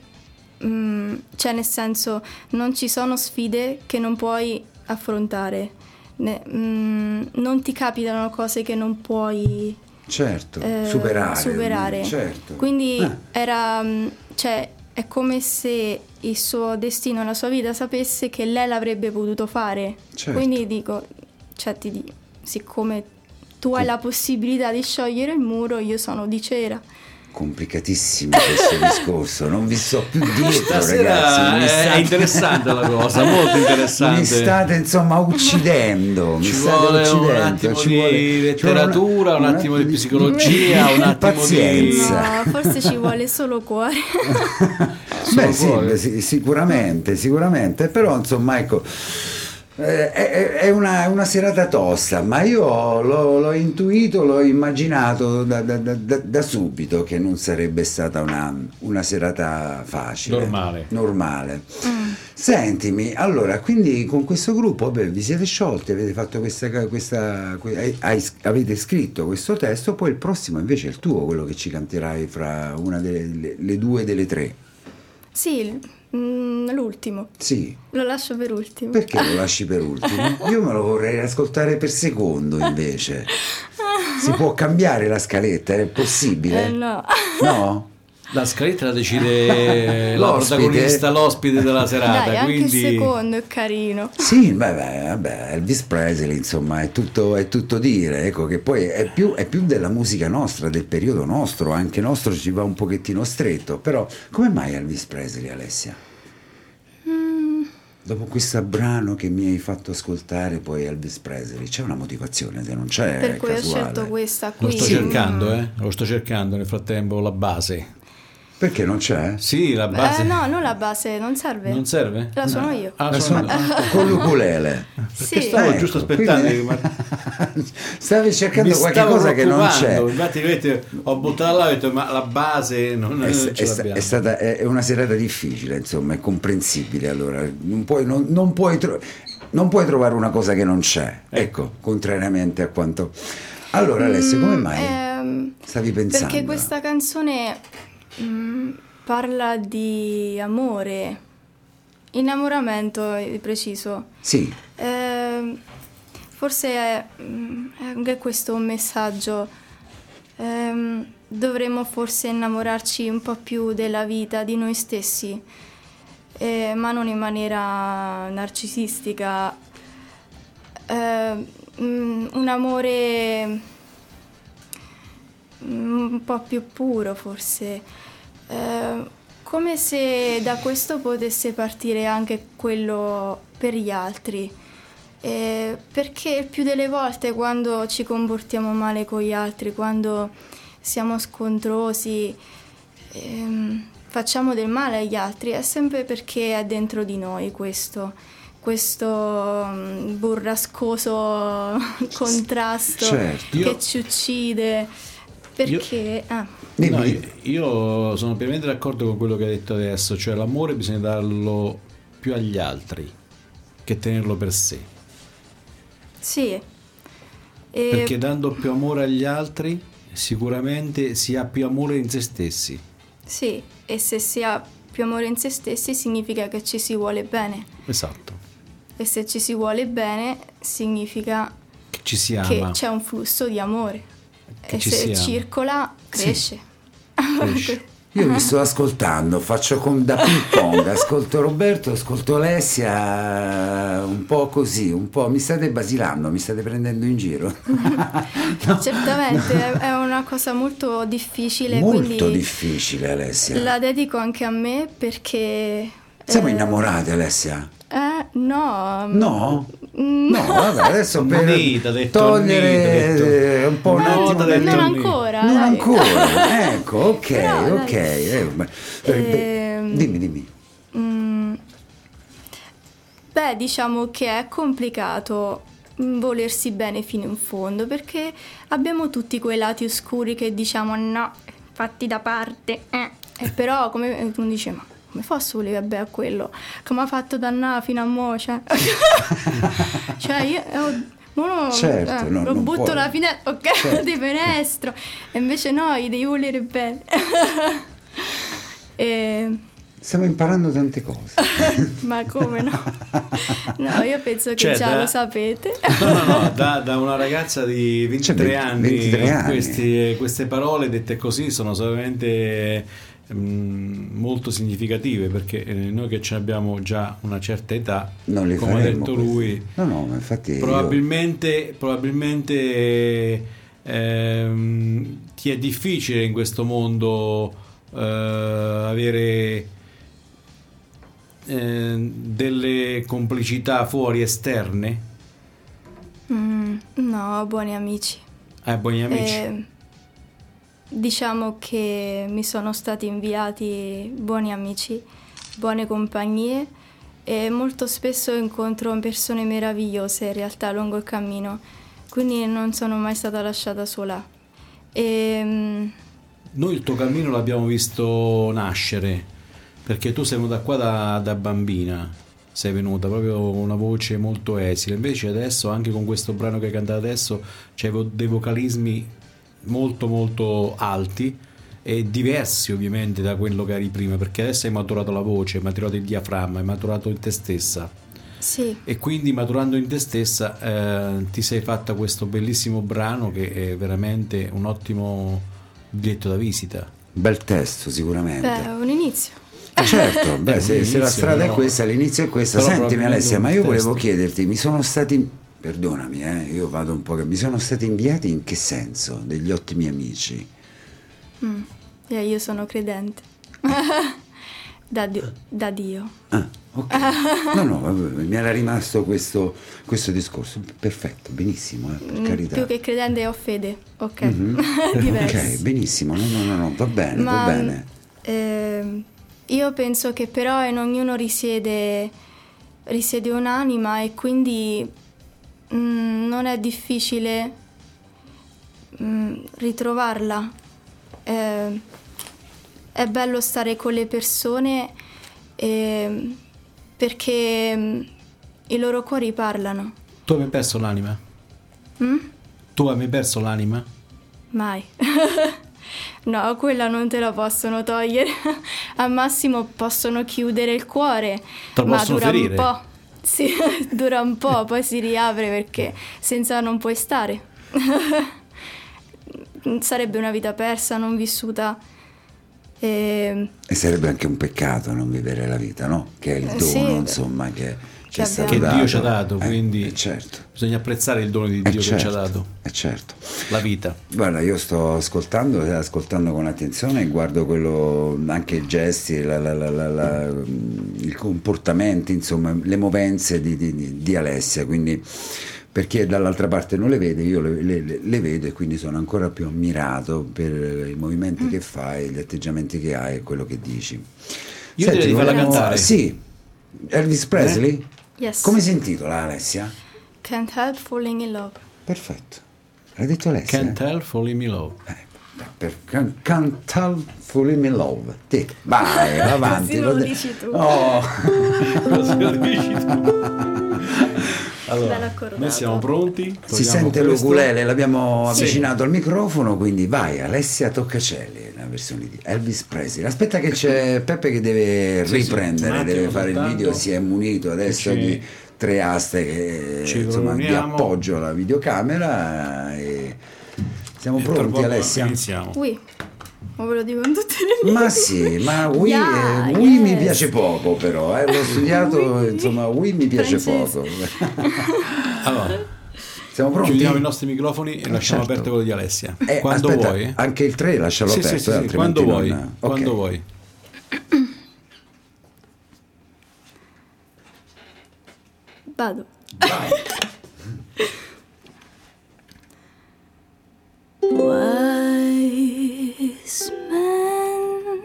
[SPEAKER 5] mm, cioè nel senso, non ci sono sfide che non puoi affrontare, ne- mm, non ti capitano cose che non puoi
[SPEAKER 4] Certo,
[SPEAKER 5] eh,
[SPEAKER 4] superare.
[SPEAKER 5] superare.
[SPEAKER 4] Certo.
[SPEAKER 5] Quindi
[SPEAKER 4] Ah,
[SPEAKER 5] era, mm, cioè, è come se il suo destino, la sua vita sapesse che lei l'avrebbe potuto fare.
[SPEAKER 4] Certo.
[SPEAKER 5] Quindi dico, cioè, ti dico, siccome tu hai la possibilità di sciogliere il muro, io sono di cera.
[SPEAKER 4] complicatissimo questo discorso, non vi so più dietro,
[SPEAKER 3] Stasera
[SPEAKER 4] ragazzi. mi
[SPEAKER 3] è-
[SPEAKER 4] state-
[SPEAKER 3] è interessante la cosa, molto interessante.
[SPEAKER 4] Mi state insomma uccidendo, mi
[SPEAKER 3] Ci
[SPEAKER 4] state
[SPEAKER 3] vuole un
[SPEAKER 4] uccidendo,
[SPEAKER 3] attimo
[SPEAKER 4] ci
[SPEAKER 3] di
[SPEAKER 4] vuole- ci
[SPEAKER 3] letteratura,
[SPEAKER 4] vuole
[SPEAKER 3] un attimo di psicologia, un attimo di-
[SPEAKER 4] pazienza.
[SPEAKER 5] No, forse ci vuole solo cuore.
[SPEAKER 3] Solo
[SPEAKER 4] Beh, sì,
[SPEAKER 3] cuore.
[SPEAKER 4] beh, sì, sicuramente, sicuramente, però insomma, ecco. eh, È, è- è una, è una serata tosta, ma io l'ho, l'ho intuito, l'ho immaginato da, da- da- da- da subito che non sarebbe stata una, una serata facile.
[SPEAKER 3] Normale.
[SPEAKER 4] Normale. Sentimi, allora, quindi con questo gruppo beh, vi siete sciolti, avete fatto questa, questa que- hai- avete scritto questo testo, poi il prossimo invece è il tuo, quello che ci canterai fra una delle le- le due delle tre.
[SPEAKER 5] Sì, l- mm, l'ultimo.
[SPEAKER 4] Sì,
[SPEAKER 5] Lo lascio per ultimo.
[SPEAKER 4] perché lo lasci per ultimo? Io me lo vorrei ascoltare per secondo invece. Si può cambiare la scaletta, è possibile?
[SPEAKER 5] Eh, no.
[SPEAKER 4] No?
[SPEAKER 3] La scaletta la decide la
[SPEAKER 4] L'ospite.
[SPEAKER 3] protagonista, l'ospite della serata.
[SPEAKER 5] Dai, anche
[SPEAKER 3] quindi...
[SPEAKER 5] il secondo è carino.
[SPEAKER 4] Sì, beh, beh, vabbè, Elvis Presley, insomma, è tutto, è tutto dire, ecco che poi è più, è più della musica nostra, del periodo nostro, anche nostro ci va un pochettino stretto, però come mai Elvis Presley, Alessia?
[SPEAKER 5] Mm.
[SPEAKER 4] Dopo questo brano che mi hai fatto ascoltare, poi Elvis Presley, c'è una motivazione se non c'è?
[SPEAKER 5] per
[SPEAKER 4] è
[SPEAKER 5] cui ho
[SPEAKER 4] casuale.
[SPEAKER 5] scelto questa qui.
[SPEAKER 3] Lo sto cercando, eh? Lo sto cercando nel frattempo la base.
[SPEAKER 4] Perché non c'è?
[SPEAKER 3] Sì, la base.
[SPEAKER 5] Eh, no, non la base, non serve.
[SPEAKER 3] Non serve?
[SPEAKER 5] La suono io.
[SPEAKER 3] Ah,
[SPEAKER 4] La
[SPEAKER 3] sono-
[SPEAKER 4] suona- con l'ukulele.
[SPEAKER 5] sì.
[SPEAKER 3] stavo
[SPEAKER 4] Ecco,
[SPEAKER 3] giusto aspettando
[SPEAKER 4] quindi-
[SPEAKER 3] che-
[SPEAKER 4] Stavi cercando
[SPEAKER 3] Mi
[SPEAKER 4] qualche
[SPEAKER 3] stavo
[SPEAKER 4] cosa che non c'è.
[SPEAKER 3] preoccupando, Infatti, vedete, ho buttato là e ho detto, ma la base Eh, non
[SPEAKER 4] È,
[SPEAKER 3] non ce
[SPEAKER 4] Eh, è-
[SPEAKER 3] l'abbiamo.
[SPEAKER 4] è stata è è una serata difficile, insomma, è comprensibile. Allora, non puoi, non- non puoi tro- non puoi trovare una cosa che non c'è.
[SPEAKER 3] Eh.
[SPEAKER 4] Ecco, contrariamente a quanto. Allora, Alessio, come
[SPEAKER 5] Mm,
[SPEAKER 4] mai
[SPEAKER 5] ehm,
[SPEAKER 4] stavi pensando?
[SPEAKER 5] Perché questa canzone mm, parla di amore, innamoramento di preciso.
[SPEAKER 4] Sì,
[SPEAKER 5] Ehm, forse è, mm, è anche questo un messaggio. Ehm, dovremmo forse innamorarci un po' più della vita, di noi stessi, eh, ma non in maniera narcisistica. Ehm, mm, un amore mm, un po' più puro forse. Ehm, come se da questo potesse partire anche quello per gli altri. Eh, perché il più delle volte quando ci comportiamo male con gli altri, quando siamo scontrosi, ehm, facciamo del male agli altri, è sempre perché è dentro di noi questo, questo mm, burrascoso contrasto
[SPEAKER 4] certo.
[SPEAKER 5] che
[SPEAKER 3] Io-
[SPEAKER 5] ci uccide. Perché? ah,
[SPEAKER 4] dimmi.
[SPEAKER 3] No, io, io sono pienamente d'accordo con quello che hai detto adesso, cioè l'amore bisogna darlo più agli altri che tenerlo per sé,
[SPEAKER 5] sì. E- Eh.
[SPEAKER 3] perché dando più amore agli altri sicuramente si ha più amore in se stessi.
[SPEAKER 5] Sì, e se si ha più amore in se stessi significa che ci si vuole bene.
[SPEAKER 3] Esatto,
[SPEAKER 5] E se ci si vuole bene significa
[SPEAKER 3] che ci si
[SPEAKER 5] che
[SPEAKER 3] ama.
[SPEAKER 5] c'è un flusso di amore.
[SPEAKER 3] Ah, Che
[SPEAKER 5] e
[SPEAKER 3] ci
[SPEAKER 5] se
[SPEAKER 3] si ama.
[SPEAKER 5] circola, cresce.
[SPEAKER 3] cresce.
[SPEAKER 4] Io vi sto ascoltando, faccio con da ping pong, ascolto Roberto, ascolto Alessia, un po' così, un po' mi state basilando, mi state prendendo in giro.
[SPEAKER 5] Certamente è- è una cosa molto difficile,
[SPEAKER 4] Molto
[SPEAKER 5] quindi
[SPEAKER 4] difficile Alessia.
[SPEAKER 5] la dedico anche a me perché...
[SPEAKER 4] Siamo
[SPEAKER 5] eh,
[SPEAKER 4] innamorati Alessia?
[SPEAKER 5] Eh, no.
[SPEAKER 4] No?
[SPEAKER 5] Mm.
[SPEAKER 4] No, vabbè, adesso per
[SPEAKER 3] Nita, ha detto Nita, ha
[SPEAKER 4] togliere
[SPEAKER 3] detto-
[SPEAKER 4] eh, un po' un
[SPEAKER 3] No,
[SPEAKER 4] attimo
[SPEAKER 3] t'ha
[SPEAKER 4] del-
[SPEAKER 3] detto
[SPEAKER 5] non
[SPEAKER 3] Nita.
[SPEAKER 5] ancora.
[SPEAKER 4] Non
[SPEAKER 5] dai.
[SPEAKER 4] ancora, ecco, ok,
[SPEAKER 5] Però, dai.
[SPEAKER 4] ok. eh, ma- eh,
[SPEAKER 5] Ehm,
[SPEAKER 4] Dimmi, dimmi.
[SPEAKER 5] Mm. Beh, diciamo che è complicato mm, volersi bene fino in fondo perché abbiamo tutti quei lati oscuri che diciamo no, fatti da parte. eh". E però come e uno dice ma come posso volere bene a quello? Come ha fatto Danna fino a mo? Cioè, Cioè, io... eh, oh, mo no,
[SPEAKER 4] Certo,
[SPEAKER 5] eh,
[SPEAKER 4] no,
[SPEAKER 5] lo
[SPEAKER 4] non
[SPEAKER 5] butto
[SPEAKER 4] puoi.
[SPEAKER 5] la finestra, ok,
[SPEAKER 4] Certo.
[SPEAKER 5] di penestro. E invece no, gli devi volere bene. e...
[SPEAKER 4] Stiamo imparando tante cose.
[SPEAKER 5] Ma come no? No, io penso che
[SPEAKER 3] Cioè,
[SPEAKER 5] già
[SPEAKER 3] da-
[SPEAKER 5] lo sapete.
[SPEAKER 3] No, no, no, da, da una ragazza di 23
[SPEAKER 4] Cioè,
[SPEAKER 3] anni,
[SPEAKER 4] 23 anni.
[SPEAKER 3] Questi- queste parole dette così sono solamente mm, molto significative perché eh, noi che ce abbiamo già una certa età,
[SPEAKER 4] Non le
[SPEAKER 3] come ha
[SPEAKER 4] faremo
[SPEAKER 3] detto
[SPEAKER 4] queste.
[SPEAKER 3] lui,
[SPEAKER 4] No, no, ma infatti io-
[SPEAKER 3] probabilmente, probabilmente, ehm, ti è difficile in questo mondo eh, avere eh, delle complicità fuori esterne.
[SPEAKER 5] Mm, no, buoni amici.
[SPEAKER 3] Eh, buoni amici.
[SPEAKER 5] Eh, diciamo che mi sono stati inviati buoni amici, buone compagnie e molto spesso incontro persone meravigliose in realtà lungo il cammino, quindi non sono mai stata lasciata sola. Ehm,
[SPEAKER 3] Noi il tuo cammino l'abbiamo visto nascere, perché tu sei venuta qua da, da bambina, sei venuta proprio con una voce molto esile, invece adesso anche con questo brano che hai cantato adesso c'è vo- dei vocalismi molto molto alti e diversi ovviamente da quello che eri prima, perché adesso hai maturato la voce, hai maturato il diaframma, hai maturato in te stessa
[SPEAKER 5] sì.
[SPEAKER 3] e quindi maturando in te stessa eh, ti sei fatta questo bellissimo brano che è veramente un ottimo biglietto da visita.
[SPEAKER 4] Bel testo sicuramente.
[SPEAKER 5] Beh, è un inizio.
[SPEAKER 4] Certo, beh, se, se la
[SPEAKER 3] Inizio,
[SPEAKER 4] strada è
[SPEAKER 3] però-
[SPEAKER 4] questa, l'inizio è questa.
[SPEAKER 3] però
[SPEAKER 4] Sentimi
[SPEAKER 3] probabilmente
[SPEAKER 4] Alessia,
[SPEAKER 3] un
[SPEAKER 4] ma io
[SPEAKER 3] testo.
[SPEAKER 4] volevo chiederti, mi sono stati, perdonami, eh, io vado un po', che- mi sono stati inviati in che senso? Degli ottimi amici.
[SPEAKER 5] Mm, eh, io sono credente. da,
[SPEAKER 4] Eh.
[SPEAKER 5] Dio- da Dio.
[SPEAKER 4] Ah, ok. No, no, vabbè, mi era rimasto questo, questo discorso. Perfetto, benissimo, eh, per
[SPEAKER 5] Mm,
[SPEAKER 4] carità. Mhm.
[SPEAKER 5] Più che credente ho fede, ok.
[SPEAKER 4] Ok,
[SPEAKER 5] Diverso.
[SPEAKER 4] benissimo, no, no, no, no, va bene, va
[SPEAKER 5] Ma
[SPEAKER 4] bene.
[SPEAKER 5] ehm, io penso che però eh, in ognuno risiede, risiede un'anima e quindi mm, non è difficile mm, ritrovarla. Eh, è bello stare con le persone ehm, perché mm, i loro cuori parlano.
[SPEAKER 3] Tu hai mai perso l'anima?
[SPEAKER 5] Mm?
[SPEAKER 3] Tu hai mai perso l'anima?
[SPEAKER 5] Mai. no, quella non te la possono togliere. Al massimo possono chiudere il cuore.
[SPEAKER 3] Te la
[SPEAKER 5] ma
[SPEAKER 3] possono
[SPEAKER 5] dura
[SPEAKER 3] ferire.
[SPEAKER 5] un po'. Sì, dura un po', poi si riapre perché senza non puoi stare. Sarebbe una vita persa, non vissuta. Ehm, E...
[SPEAKER 4] E sarebbe anche un peccato non vivere la vita, no? Che è il dono,
[SPEAKER 5] Eh, sì.
[SPEAKER 4] insomma, che ci è
[SPEAKER 5] Che
[SPEAKER 4] stato
[SPEAKER 5] abbiamo.
[SPEAKER 3] Che
[SPEAKER 4] dato.
[SPEAKER 3] Dio ci ha dato,
[SPEAKER 4] Eh,
[SPEAKER 3] quindi-
[SPEAKER 4] eh, certo.
[SPEAKER 3] Bisogna apprezzare il dono di Dio
[SPEAKER 4] eh,
[SPEAKER 3] che ci ha
[SPEAKER 4] certo,
[SPEAKER 3] dato,
[SPEAKER 4] eh, certo.
[SPEAKER 3] la vita.
[SPEAKER 4] Guarda, io sto ascoltando, eh, ascoltando con attenzione e guardo quello, anche i gesti, la- la- la- la- la- i comportamenti, insomma, le movenze di, di- di- di Alessia, quindi per chi è dall'altra parte non le vede, io le, le- le- le vedo e quindi sono ancora più ammirato per i movimenti
[SPEAKER 3] Mm.
[SPEAKER 4] che fai, gli atteggiamenti che hai e quello che dici.
[SPEAKER 3] Io direi di farla
[SPEAKER 4] vogliamo-
[SPEAKER 3] cantare. Eh?
[SPEAKER 4] Sì, Elvis Presley?
[SPEAKER 5] Yes.
[SPEAKER 4] Come si intitola Alessia?
[SPEAKER 5] Can't help falling in love.
[SPEAKER 4] Perfetto, l'hai detto Alessia?
[SPEAKER 3] Can't help falling in love.
[SPEAKER 4] per can- Cantal Falling in Love. Te, vai, avanti.
[SPEAKER 5] Così non lo
[SPEAKER 4] de-
[SPEAKER 5] dici tu.
[SPEAKER 4] Oh,
[SPEAKER 5] Bello
[SPEAKER 3] Allora,
[SPEAKER 5] accordato.
[SPEAKER 3] noi siamo pronti. togliamo
[SPEAKER 4] si sente
[SPEAKER 3] questo.
[SPEAKER 4] l'ukulele, l'abbiamo
[SPEAKER 3] Sì.
[SPEAKER 4] avvicinato al microfono, quindi vai Alessia Toccacelli, la versione di Elvis Presley. Aspetta che c'è Peppe che deve
[SPEAKER 3] Sì, sì,
[SPEAKER 4] riprendere,
[SPEAKER 3] un attimo
[SPEAKER 4] deve fare il
[SPEAKER 3] soltanto.
[SPEAKER 4] video, si è munito adesso
[SPEAKER 3] Ci-
[SPEAKER 4] di tre aste che,
[SPEAKER 3] Ci
[SPEAKER 4] insomma, di
[SPEAKER 3] riuniamo.
[SPEAKER 4] appoggio alla videocamera. E siamo
[SPEAKER 3] E tra
[SPEAKER 4] pronti
[SPEAKER 3] poco
[SPEAKER 4] Alessia?
[SPEAKER 3] Iniziamo.
[SPEAKER 5] Oui. Ma ve lo dico in tutte le lingue.
[SPEAKER 4] Ma sì, ma Wii,
[SPEAKER 5] Yeah,
[SPEAKER 4] eh, Wii mi
[SPEAKER 5] yes.
[SPEAKER 4] piace poco però, eh, l'ho studiato,
[SPEAKER 5] Wii.
[SPEAKER 4] insomma Wii mi piace
[SPEAKER 5] Francese.
[SPEAKER 4] poco.
[SPEAKER 5] Ah.
[SPEAKER 3] Allora,
[SPEAKER 4] Siamo pronti?
[SPEAKER 3] chiudiamo Ah, i nostri microfoni e
[SPEAKER 4] Ah,
[SPEAKER 3] lasciamo
[SPEAKER 4] certo.
[SPEAKER 3] aperto quello di Alessia.
[SPEAKER 4] Eh,
[SPEAKER 3] quando
[SPEAKER 4] aspetta,
[SPEAKER 3] vuoi. eh.
[SPEAKER 4] Anche il 3 lascialo
[SPEAKER 3] Sì,
[SPEAKER 4] aperto,
[SPEAKER 3] sì, sì,
[SPEAKER 4] eh,
[SPEAKER 3] sì,
[SPEAKER 4] altrimenti
[SPEAKER 3] quando vuoi.
[SPEAKER 4] non- ok.
[SPEAKER 3] Quando vuoi.
[SPEAKER 5] Vado. Wise men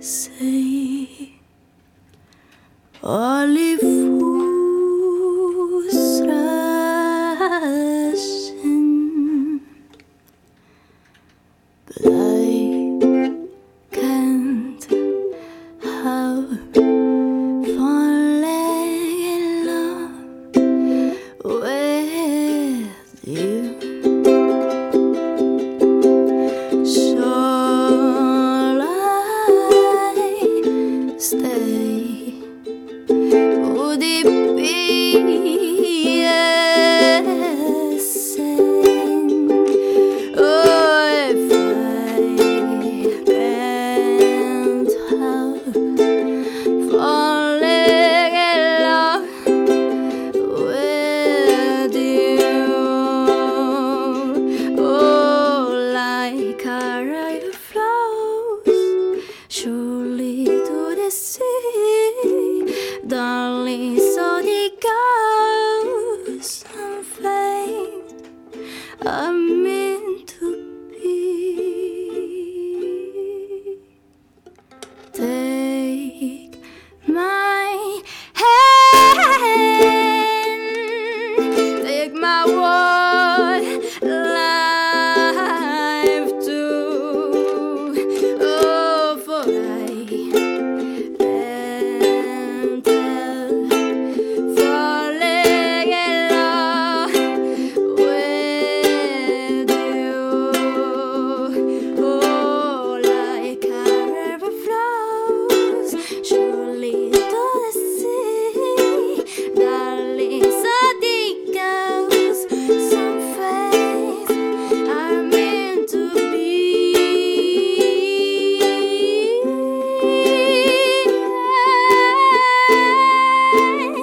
[SPEAKER 5] say only fools rush in, but I can't help falling in love with you. Shall I stay? Would it be a sin? Oh, if I can't help falling in love with you. Oh, like a river flows surely to the sea, darling. So the goes and fade. I'm meant to be. Take my hand, take my whole life too. Oh, for I can't help falling in love with you. Oh, like a river flows surely to the sea, darling. So deep goes some faith are meant to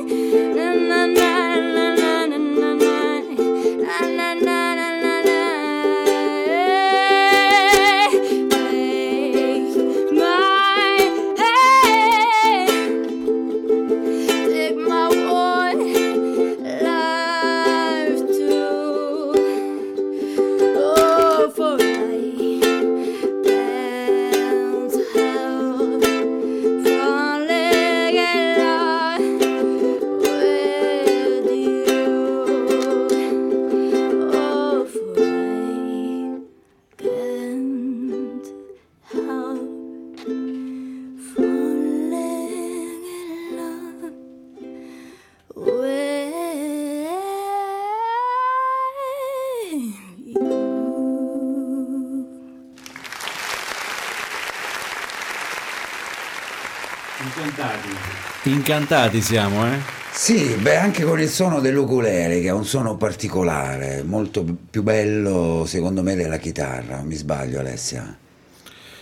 [SPEAKER 5] be. For I can't help falling in love with you. Oh, for I can't help falling in love with you.
[SPEAKER 3] Incantati. Incantati siamo, eh?
[SPEAKER 4] Sì, beh, anche con il suono dell'ukulele, che ha un suono particolare, molto più bello secondo me della chitarra, mi sbaglio Alessia?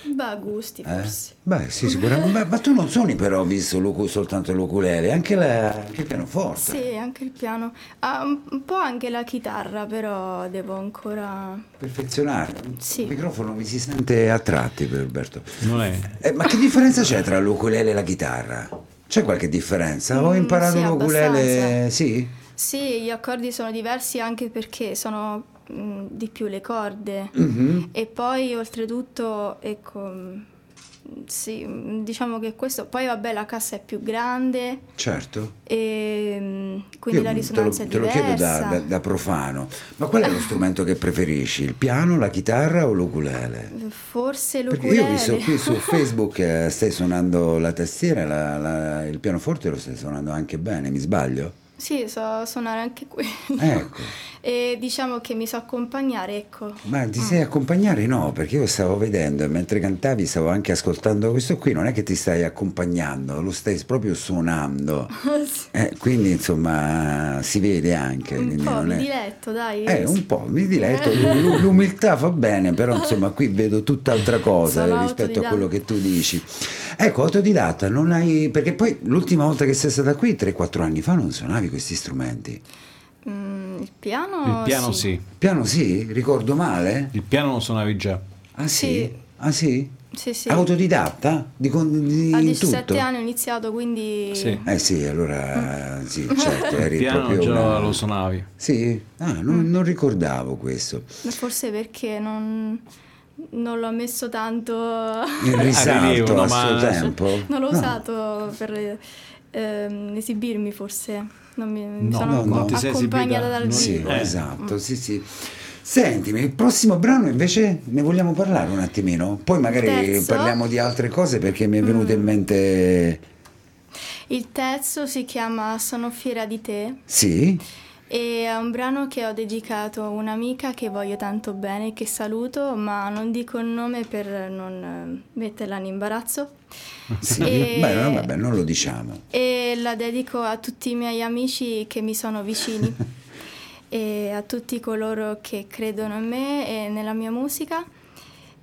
[SPEAKER 5] Beh, gusti
[SPEAKER 4] Eh?
[SPEAKER 5] forse.
[SPEAKER 4] Beh, sì, sicuramente. ma, ma tu non suoni però, ho visto l'ucu- soltanto l'ukulele, anche, la, anche il pianoforte.
[SPEAKER 5] Sì, anche il piano. Ah, un un po' anche la chitarra, però devo ancora...
[SPEAKER 4] Perfezionare.
[SPEAKER 5] Sì.
[SPEAKER 4] Il microfono mi si sente a tratti per Alberto.
[SPEAKER 3] Non è.
[SPEAKER 4] Eh, ma che differenza c'è tra l'ukulele e la chitarra? C'è qualche differenza? Ho
[SPEAKER 5] Mm,
[SPEAKER 4] imparato
[SPEAKER 5] sì,
[SPEAKER 4] l'ukulele,
[SPEAKER 5] abbastanza.
[SPEAKER 4] sì?
[SPEAKER 5] Sì, gli accordi sono diversi anche perché sono mh, di più le corde.
[SPEAKER 4] Mhm.
[SPEAKER 5] E poi oltretutto, ecco, mh, sì, mh, diciamo che questo... Poi vabbè, la cassa è più grande
[SPEAKER 4] Certo.
[SPEAKER 5] e mh, quindi
[SPEAKER 4] Io
[SPEAKER 5] la
[SPEAKER 4] te lo-
[SPEAKER 5] risonanza
[SPEAKER 4] te lo,
[SPEAKER 5] è
[SPEAKER 4] chiedo
[SPEAKER 5] diversa.
[SPEAKER 4] da, da- da profano, ma qual è lo strumento che preferisci? Il piano, la chitarra o l'ukulele?
[SPEAKER 5] Forse
[SPEAKER 4] Perché
[SPEAKER 5] l'ukulele.
[SPEAKER 4] io ho visto qui su Facebook eh, stai suonando la tastiera, la- la- il pianoforte lo stai suonando anche bene, mi sbaglio?
[SPEAKER 5] Sì, so suonare anche quello.
[SPEAKER 4] Ecco.
[SPEAKER 5] E diciamo che mi so accompagnare, ecco.
[SPEAKER 4] Ma ti sei accompagnare? No, perché io stavo vedendo e mentre cantavi stavo anche ascoltando questo qui, non è che ti stai accompagnando, lo stai proprio suonando.
[SPEAKER 5] Sì,
[SPEAKER 4] Eh, quindi insomma si vede anche.
[SPEAKER 5] un
[SPEAKER 4] Eh, quindi
[SPEAKER 5] po',
[SPEAKER 4] non
[SPEAKER 5] mi
[SPEAKER 4] è-
[SPEAKER 5] diletto, dai.
[SPEAKER 4] Eh, un po', mi diletto, l'u- l'umiltà fa bene, però insomma qui vedo tutt'altra cosa
[SPEAKER 5] Sono
[SPEAKER 4] eh, rispetto a
[SPEAKER 5] autodidatta.
[SPEAKER 4] quello che tu dici. Ecco, autodidatta, non hai... perché poi l'ultima volta che sei stata qui, 3-4 anni fa, non suonavi questi strumenti.
[SPEAKER 5] Mm, il piano...
[SPEAKER 3] Il piano sì.
[SPEAKER 5] sì.
[SPEAKER 4] Piano sì, ricordo male?
[SPEAKER 3] Il piano lo suonavi già.
[SPEAKER 4] Ah sì?
[SPEAKER 5] Sì.
[SPEAKER 4] Ah sì?
[SPEAKER 5] Sì, sì.
[SPEAKER 4] Autodidatta? Di, con- di-
[SPEAKER 5] A
[SPEAKER 4] in
[SPEAKER 5] 17
[SPEAKER 4] tutto?
[SPEAKER 5] anni ho iniziato, quindi...
[SPEAKER 3] Sì.
[SPEAKER 4] Eh sì, allora sì, certo, eri
[SPEAKER 3] Il piano
[SPEAKER 4] proprio...
[SPEAKER 3] già
[SPEAKER 4] una-
[SPEAKER 3] lo suonavi.
[SPEAKER 4] Sì, ah,
[SPEAKER 5] Mm.
[SPEAKER 4] non, non ricordavo questo.
[SPEAKER 5] Ma Forse perché non, non l'ho messo tanto...
[SPEAKER 4] Il risalto
[SPEAKER 3] rilievo, no,
[SPEAKER 4] a
[SPEAKER 3] Eh, ma-
[SPEAKER 4] suo tempo.
[SPEAKER 5] non l'ho
[SPEAKER 4] No.
[SPEAKER 5] usato per ehm, esibirmi, forse. Non mi, mi
[SPEAKER 3] No,
[SPEAKER 5] sono
[SPEAKER 4] no, no.
[SPEAKER 5] accom-
[SPEAKER 4] Ti
[SPEAKER 3] sei
[SPEAKER 5] accompagnata
[SPEAKER 3] esibita?
[SPEAKER 5] dal
[SPEAKER 3] No,
[SPEAKER 4] Sì,
[SPEAKER 5] vivo.
[SPEAKER 3] Eh.
[SPEAKER 5] Mm.
[SPEAKER 4] esatto, sì, sì. Sentimi, il prossimo brano invece ne vogliamo parlare un attimino? Poi magari
[SPEAKER 5] Terzo. Mm.
[SPEAKER 4] parliamo di altre cose perché mi è venuto in mente...
[SPEAKER 5] Il terzo si chiama Sono fiera di te
[SPEAKER 4] Sì?
[SPEAKER 5] e è un brano che ho dedicato a un'amica che voglio tanto bene, che saluto, ma non dico il nome per non eh, metterla in imbarazzo.
[SPEAKER 4] Sì,
[SPEAKER 5] E-
[SPEAKER 4] beh, no, vabbè, non lo diciamo.
[SPEAKER 5] E la dedico a tutti i miei amici che mi sono vicini e a tutti coloro che credono in me e nella mia musica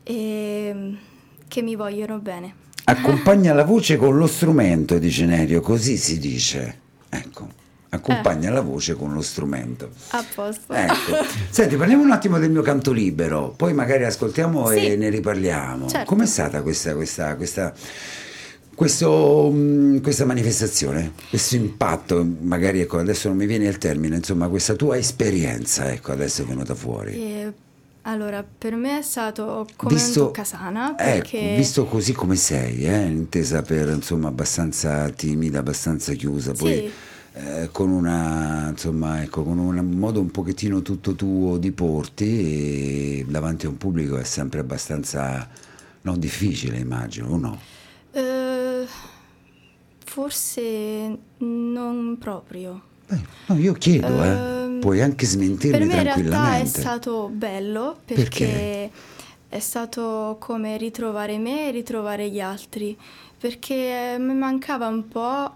[SPEAKER 5] e mm, che mi vogliono bene.
[SPEAKER 4] Accompagna la voce con lo strumento di Generio, così si dice. Ecco, accompagna
[SPEAKER 5] Eh.
[SPEAKER 4] la voce con lo strumento.
[SPEAKER 5] A posto.
[SPEAKER 4] Ecco. Senti, parliamo un attimo del mio canto libero, poi magari ascoltiamo e
[SPEAKER 5] Sì.
[SPEAKER 4] ne riparliamo.
[SPEAKER 5] Certo.
[SPEAKER 4] Com'è stata questa, questa, questa, questo, mh, questa manifestazione, questo impatto? Magari ecco, adesso non mi viene il termine, insomma, questa tua esperienza, ecco, adesso è venuta fuori.
[SPEAKER 5] E, allora, per me è stato come un toccasana
[SPEAKER 4] ecco,
[SPEAKER 5] perché
[SPEAKER 4] visto così come sei, eh, intesa per insomma abbastanza timida, abbastanza chiusa, poi
[SPEAKER 5] Sì.
[SPEAKER 4] eh, con una insomma ecco con un modo un pochettino tutto tuo di porti e davanti a un pubblico è sempre abbastanza no, difficile immagino o no
[SPEAKER 5] eh, forse non proprio.
[SPEAKER 4] Beh, no io chiedo eh.
[SPEAKER 5] Ehm,
[SPEAKER 4] puoi anche
[SPEAKER 5] Per
[SPEAKER 4] smentirmi
[SPEAKER 5] me in realtà è
[SPEAKER 4] tranquillamente
[SPEAKER 5] stato bello perché, è stato come ritrovare me e ritrovare gli altri, perché eh, mi mancava un po',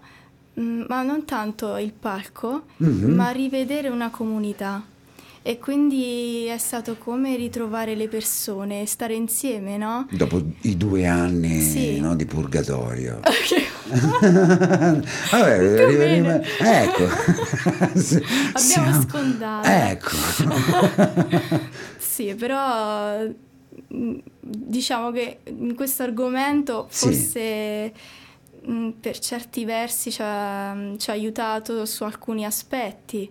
[SPEAKER 5] mh, ma non tanto il palco,
[SPEAKER 4] Mm-hmm.
[SPEAKER 5] ma rivedere una comunità. E quindi è stato come ritrovare le persone, stare insieme, no?
[SPEAKER 4] dopo i due anni
[SPEAKER 5] Sì.
[SPEAKER 4] no, di purgatorio Vabbè,
[SPEAKER 5] Più o
[SPEAKER 4] ri- ri-
[SPEAKER 5] meno.
[SPEAKER 4] ecco
[SPEAKER 5] Abbiamo scondato.
[SPEAKER 4] ecco
[SPEAKER 5] Sì, però mh, diciamo che in questo argomento
[SPEAKER 4] Sì.
[SPEAKER 5] forse mh, per certi versi ci ha, mm, ci ha aiutato su alcuni aspetti,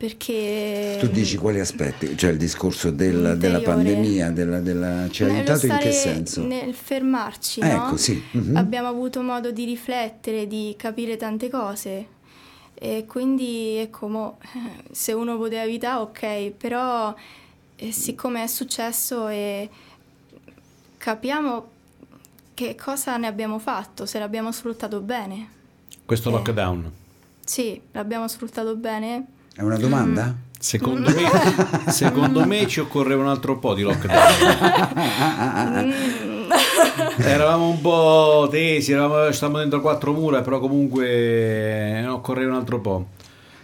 [SPEAKER 5] perché...
[SPEAKER 4] Tu dici quali aspetti? Cioè il discorso del- della
[SPEAKER 5] Interiore.
[SPEAKER 4] pandemia, della, della- ci ha
[SPEAKER 5] Nello
[SPEAKER 4] aiutato in che
[SPEAKER 5] stare-
[SPEAKER 4] senso?
[SPEAKER 5] Nel fermarci,
[SPEAKER 4] Ecco,
[SPEAKER 5] no?
[SPEAKER 4] sì, mhm.
[SPEAKER 5] Abbiamo avuto modo di riflettere, di capire tante cose. E quindi, ecco, mo, eh, se uno poteva evitare, ok, però eh, siccome è successo e capiamo che cosa ne abbiamo fatto, se l'abbiamo sfruttato bene.
[SPEAKER 3] Questo lockdown.
[SPEAKER 5] Sì, l'abbiamo sfruttato bene.
[SPEAKER 4] È una
[SPEAKER 5] Mm.
[SPEAKER 4] domanda?
[SPEAKER 3] Secondo me, secondo me ci occorreva un altro po' di lockdown.
[SPEAKER 4] Ah,
[SPEAKER 3] eravamo un po' tesi, eravamo, stavamo dentro quattro mura, però comunque eh, occorreva un altro po'.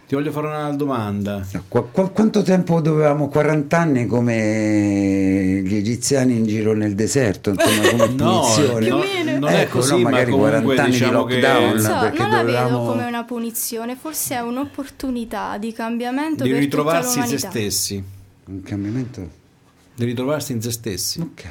[SPEAKER 3] Ti voglio fare una domanda.
[SPEAKER 4] Qu- qu- quanto tempo dovevamo? 40 anni come gli egiziani in giro nel deserto, insomma come
[SPEAKER 3] No,
[SPEAKER 4] punizione.
[SPEAKER 3] no, non è
[SPEAKER 4] Ecco,
[SPEAKER 3] così,
[SPEAKER 4] no,
[SPEAKER 3] ma
[SPEAKER 4] magari
[SPEAKER 3] comunque
[SPEAKER 4] 40 anni
[SPEAKER 3] diciamo
[SPEAKER 4] di
[SPEAKER 3] che-
[SPEAKER 4] lockdown.
[SPEAKER 5] Non, so,
[SPEAKER 4] perché
[SPEAKER 5] non la
[SPEAKER 4] dovevamo...
[SPEAKER 5] vedo come una punizione, forse è un'opportunità di cambiamento
[SPEAKER 3] Di
[SPEAKER 5] per
[SPEAKER 3] ritrovarsi in
[SPEAKER 5] tutta
[SPEAKER 3] se
[SPEAKER 5] l'umanità.
[SPEAKER 3] stessi.
[SPEAKER 4] Un cambiamento?
[SPEAKER 3] Di ritrovarsi in se stessi,
[SPEAKER 4] Ok.